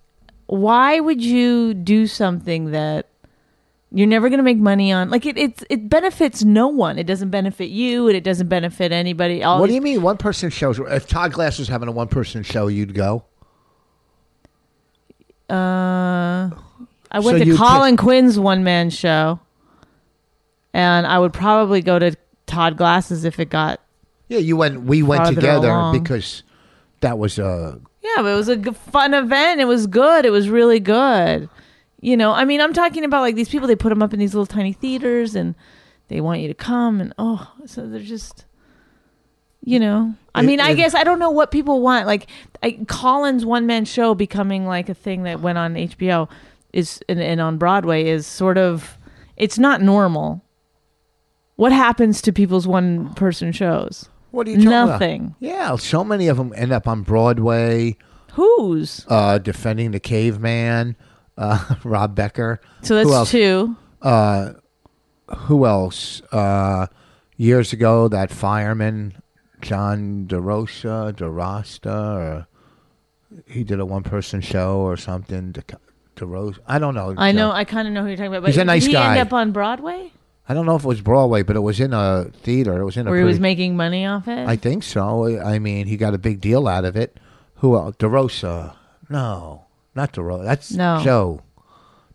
Speaker 2: why would you do something that you're never going to make money on? Like, it it's, it benefits no one. It doesn't benefit you, and it doesn't benefit anybody. All
Speaker 1: What do
Speaker 2: these-
Speaker 1: you mean one person shows? If Todd Glass was having a one person show, you'd go?
Speaker 2: Uh, I went
Speaker 1: So
Speaker 2: to
Speaker 1: you
Speaker 2: Colin Quinn's one man show, and I would probably go to Todd Glass's if it got
Speaker 1: Yeah, you went. We went
Speaker 2: farther
Speaker 1: together
Speaker 2: along.
Speaker 1: because that was uh
Speaker 2: Yeah, but it was a g- fun event. It was good. It was really good. You know, I mean, I'm talking about like these people. They put them up in these little tiny theaters, and they want you to come. And oh, so they're just, you know. I
Speaker 1: It-
Speaker 2: mean, I
Speaker 1: it-
Speaker 2: guess I don't know what people want. Like, I, Colin's one man show becoming like a thing that went on HBO is and, and on Broadway is sort of. It's not normal. What happens to people's one person shows?
Speaker 1: what are you talking about?
Speaker 2: Nothing.
Speaker 1: Yeah, so many of them end up on Broadway,
Speaker 2: Who's?
Speaker 1: uh, defending the caveman, uh, Rob Becker.
Speaker 2: So
Speaker 1: who
Speaker 2: that's
Speaker 1: else?
Speaker 2: two.
Speaker 1: Who else? Uh, years ago that fireman John DeRosa, DeRosta, or he did a one-person show or something. De, DeRosa, I don't know.
Speaker 2: I know.
Speaker 1: John-
Speaker 2: I kind of know who you're talking about. But
Speaker 1: He's a nice
Speaker 2: did he
Speaker 1: guy.
Speaker 2: end up on Broadway
Speaker 1: I don't know if it was Broadway, but it was in a theater. It was in a.
Speaker 2: where he was
Speaker 1: pretty-
Speaker 2: making money off it?
Speaker 1: I think so. I mean, he got a big deal out of it. Who else? DeRosa. No, not DeRosa. That's
Speaker 2: No.
Speaker 1: Joe.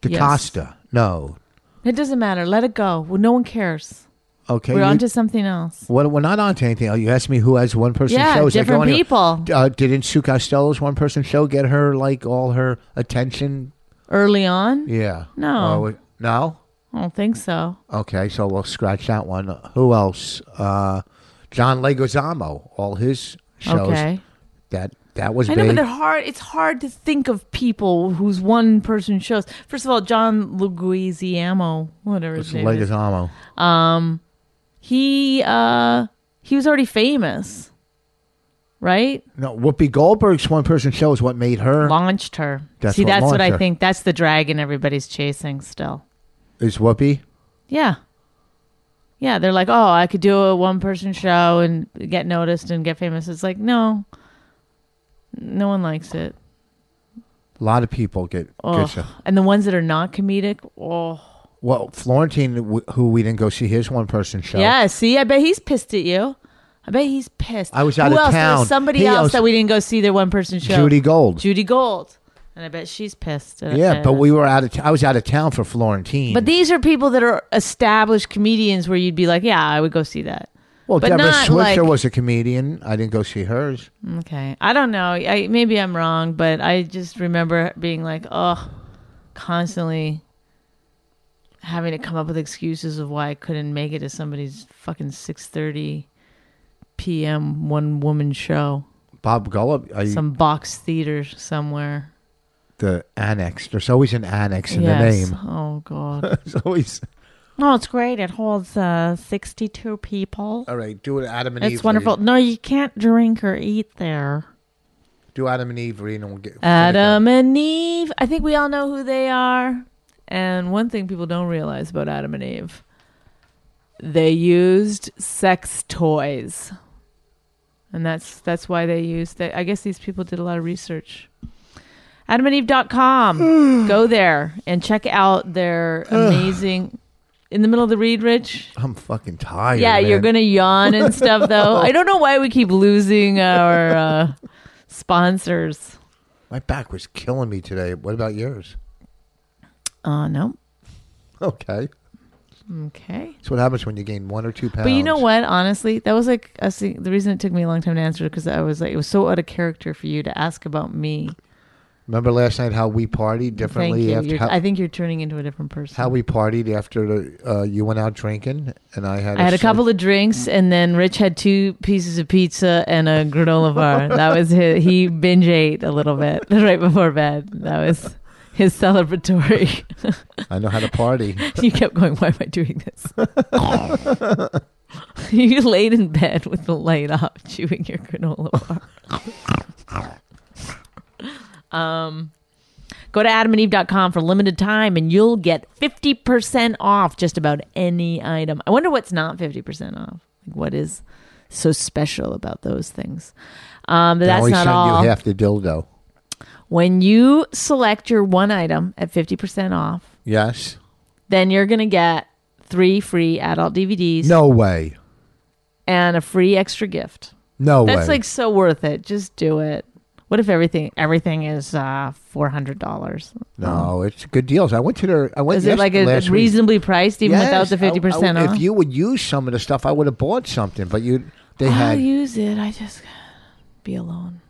Speaker 2: Yes.
Speaker 1: DeCosta. No.
Speaker 2: it doesn't matter. Let it go. Well, no one cares.
Speaker 1: Okay.
Speaker 2: We're
Speaker 1: you-
Speaker 2: onto something else.
Speaker 1: Well, we're not onto anything. Oh, You asked me who has one person
Speaker 2: Yeah,
Speaker 1: shows. Like,
Speaker 2: different
Speaker 1: I wanna-
Speaker 2: people.
Speaker 1: Uh, didn't Sue Costello's one person show get her like all her attention?
Speaker 2: Early on,
Speaker 1: Yeah.
Speaker 2: No.
Speaker 1: Or was- no.
Speaker 2: I don't think so.
Speaker 1: Okay, so we'll scratch that one. Who else? Uh, John Leguizamo. All his shows.
Speaker 2: Okay.
Speaker 1: That that was
Speaker 2: I know,
Speaker 1: big.
Speaker 2: but they're hard. It's hard to think of people whose one person shows. First of all, John Leguizamo, whatever his
Speaker 1: It's
Speaker 2: name is, Um,
Speaker 1: Leguizamo.
Speaker 2: he uh, he was already famous, right?
Speaker 1: No, Whoopi Goldberg's one person show is what made her
Speaker 2: Launched her.
Speaker 1: That's
Speaker 2: See,
Speaker 1: what
Speaker 2: that's what
Speaker 1: launched
Speaker 2: I
Speaker 1: her.
Speaker 2: think. That's the dragon everybody's chasing still.
Speaker 1: is Whoopi.
Speaker 2: Yeah. Yeah, they're like, oh, I could do a one person show and get noticed and get famous. It's like, no, no one likes it.
Speaker 1: A lot of people get
Speaker 2: Ugh.
Speaker 1: gets a,
Speaker 2: And the ones that are not comedic, oh,
Speaker 1: well Florentine, w- who we didn't go see his one person show.
Speaker 2: yeah. See, I bet he's pissed at you. I bet he's pissed.
Speaker 1: I was
Speaker 2: Who
Speaker 1: out of
Speaker 2: else? There
Speaker 1: town.
Speaker 2: was somebody
Speaker 1: He
Speaker 2: else
Speaker 1: owns-
Speaker 2: that we didn't go see their one person show.
Speaker 1: Judy Gold.
Speaker 2: Judy Gold, and I bet she's pissed. At
Speaker 1: yeah,
Speaker 2: at
Speaker 1: but
Speaker 2: us.
Speaker 1: we were out of. T- I was out of town for Florentine.
Speaker 2: But these are people that are established comedians where you'd be like, yeah, I would go see that.
Speaker 1: well,
Speaker 2: but
Speaker 1: Deborah
Speaker 2: not
Speaker 1: Switzer
Speaker 2: like-
Speaker 1: was a comedian. I didn't go see hers.
Speaker 2: Okay. I don't know. I maybe I'm wrong, but I just remember being like, oh, constantly having to come up with excuses of why I couldn't make it to somebody's fucking 6:30 p.m. one woman show,
Speaker 1: Bob uh, Gullub, are you,
Speaker 2: some box theater somewhere.
Speaker 1: the annex. There's always an annex in
Speaker 2: yes.
Speaker 1: the name.
Speaker 2: Oh god.
Speaker 1: There's always
Speaker 2: no, it's great. It holds uh 62 people.
Speaker 1: all right. Do it, Adam and Eve.
Speaker 2: It's wonderful.
Speaker 1: read.
Speaker 2: No, you can't drink or eat there.
Speaker 1: Do Adam and Eve read, and we'll get
Speaker 2: Adam and Eve. I think we all know who they are. And one thing people don't realize about Adam and Eve they used sex toys. And that's that's why they used that. I guess these people did a lot of research. AdamandEve.com. Go there and check out their amazing. In the middle of the read, Rich.
Speaker 1: I'm fucking tired.
Speaker 2: Yeah, you're
Speaker 1: man.
Speaker 2: gonna yawn and stuff, though. I don't know why we keep losing our uh, sponsors.
Speaker 1: My back was killing me today. What about yours?
Speaker 2: Uh, no,
Speaker 1: Okay,
Speaker 2: Okay.
Speaker 1: that's what happens when you gain one or two pounds.
Speaker 2: But you know what? Honestly, that was like I see, the reason it took me a long time to answer because I was like, it was so out of character for you to ask about me.
Speaker 1: Remember last night how we partied
Speaker 2: Thank
Speaker 1: differently
Speaker 2: you.
Speaker 1: after
Speaker 2: You're-
Speaker 1: how,
Speaker 2: I think you're turning into a different person.
Speaker 1: how we partied after the, uh, you went out drinking and I had
Speaker 2: I had a
Speaker 1: sub-
Speaker 2: couple of drinks, and then Rich had two pieces of pizza and a granola bar. that was his, he binge ate a little bit right before bed. That was his celebratory.
Speaker 1: I know how to party.
Speaker 2: you kept going, why am I doing this? you laid in bed with the light off, chewing your granola bar. um, go to adamandeve.com for limited time and you'll get 50% off just about any item. I wonder what's not 50% off. Like what is so special about those things? Um, but
Speaker 1: They
Speaker 2: that's
Speaker 1: only
Speaker 2: not
Speaker 1: send
Speaker 2: all.
Speaker 1: you half the dildo.
Speaker 2: when you select your one item at 50% off,
Speaker 1: Yes.
Speaker 2: then you're going to get three free adult DVDs
Speaker 1: No way.
Speaker 2: and a free extra gift.
Speaker 1: No way.
Speaker 2: That's like so worth it. Just do it. What if everything everything is uh, four hundred dollars?
Speaker 1: no. It's good deals. I went to their. I went.
Speaker 2: Is it
Speaker 1: yes-
Speaker 2: like a,
Speaker 1: last week.
Speaker 2: reasonably priced even without
Speaker 1: Yes,
Speaker 2: the
Speaker 1: I- I-
Speaker 2: fifty percent off?
Speaker 1: If you would use some of the stuff, I would have bought something. But you, they
Speaker 2: I'll
Speaker 1: had.
Speaker 2: use it. I just be alone.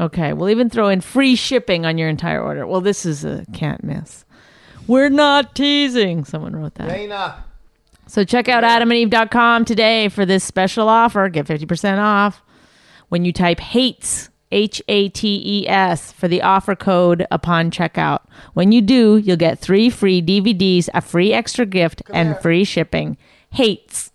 Speaker 2: Okay, we'll even throw in free shipping on your entire order. Well, this is a can't miss. We're not teasing. Someone wrote that.
Speaker 1: Dana,
Speaker 2: So check out adamandeve.com today for this special offer. Get 50% off when you type hates, H A T E S, for the offer code upon checkout. When you do, you'll get three free DVDs, a free extra gift, and free shipping. Hates,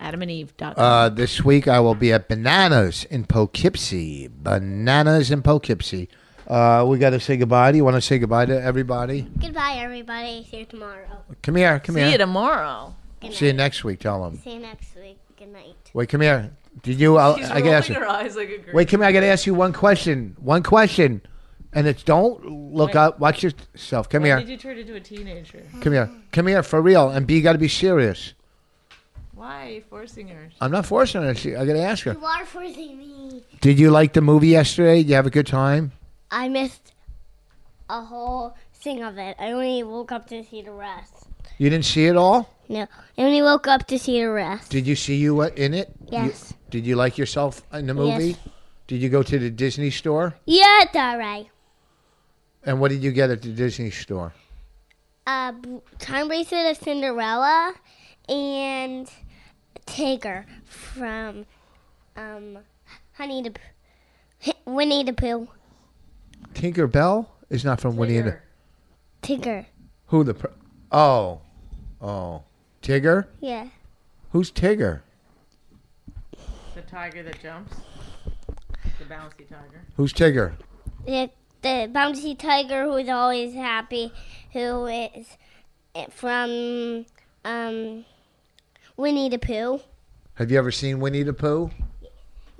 Speaker 2: adamandeve.com.
Speaker 1: Uh, this week I will be at Bananas in Poughkeepsie. Bananas in Poughkeepsie. Uh, we got to say goodbye. Do you want to say goodbye to everybody?
Speaker 3: Goodbye, everybody. See you tomorrow.
Speaker 1: Come here. Come
Speaker 2: See
Speaker 1: here.
Speaker 2: you tomorrow.
Speaker 3: Good
Speaker 1: See you
Speaker 3: night.
Speaker 1: next week. Tell him.
Speaker 3: See you next week. Good night.
Speaker 1: Wait, come here. Did you? I'll, I gotta ask you.
Speaker 2: eyes like a girl.
Speaker 1: Wait, come here. I gotta ask you one question. One question, and it's don't look up. Watch yourself. Come here.
Speaker 2: Did you turn into a teenager?
Speaker 1: Come here. Come here for real. And B, you gotta be serious.
Speaker 2: Why are you forcing her?
Speaker 1: I'm not forcing her. She, I gotta ask her.
Speaker 3: You are forcing me.
Speaker 1: Did you like the movie yesterday? Did you have a good time?
Speaker 3: I missed a whole thing of it. I only woke up to see the rest.
Speaker 1: You didn't see it all.
Speaker 3: No, I only woke up to see the rest.
Speaker 1: Did you see you uh, in it? You-
Speaker 3: Yes.
Speaker 1: did you like yourself in the
Speaker 3: Yes.
Speaker 1: movie? Did you go to the Disney store?
Speaker 3: Yeah, it's alright.
Speaker 1: And what did you get at the Disney store?
Speaker 3: Uh, b- time bracelet of Cinderella and Tigger from um, Honey the P- Winnie the Pooh.
Speaker 1: Tinker Bell is not from Winnie the.
Speaker 3: Tigger.
Speaker 1: Who the? Per- oh, oh, Tigger.
Speaker 3: Yeah.
Speaker 1: Who's Tigger?
Speaker 2: The tiger that jumps. The bouncy tiger.
Speaker 1: Who's Tigger?
Speaker 3: the the bouncy tiger who's always happy, who is eh, from um, Winnie the Pooh.
Speaker 1: Have you ever seen Winnie the Pooh?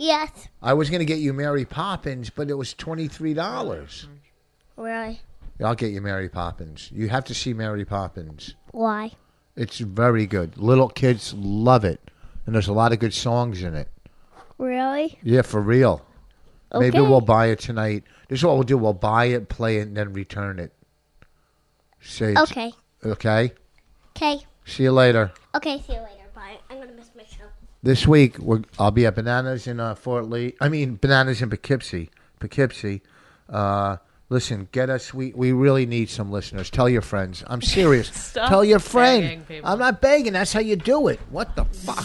Speaker 3: Yes,
Speaker 1: I was going to get you Mary Poppins, but it was twenty three
Speaker 2: Mm-hmm.
Speaker 1: dollars.
Speaker 3: really.
Speaker 1: I'll get you Mary Poppins. You have to see Mary Poppins.
Speaker 3: Why?
Speaker 1: It's very good. Little kids love it, and there's a lot of good songs in it.
Speaker 3: Really?
Speaker 1: Yeah, for real. Maybe
Speaker 3: Okay.
Speaker 1: we'll buy it tonight. This is what we'll do. We'll buy it, play it, and then return it. Say it's-
Speaker 3: Okay.
Speaker 1: Okay.
Speaker 3: Okay.
Speaker 1: See you later.
Speaker 3: Okay. See you later. Bye. I'm gonna miss my show.
Speaker 1: This week, we're, I'll be at Bananas in uh, Fort Lee. I mean, Bananas in Poughkeepsie. Poughkeepsie. Uh, listen, get us. We, we really need some listeners. Tell your friends. I'm serious.
Speaker 2: Stop
Speaker 1: Tell your
Speaker 2: begging
Speaker 1: friend.
Speaker 2: people.
Speaker 1: I'm not begging. That's how you do it. What the fuck?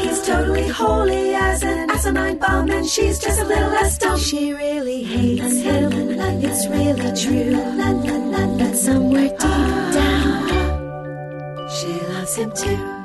Speaker 5: He's totally holy as an asinine bomb, and she's just a little less dumb. She really hates him, it's really true. But somewhere deep down, she loves him too.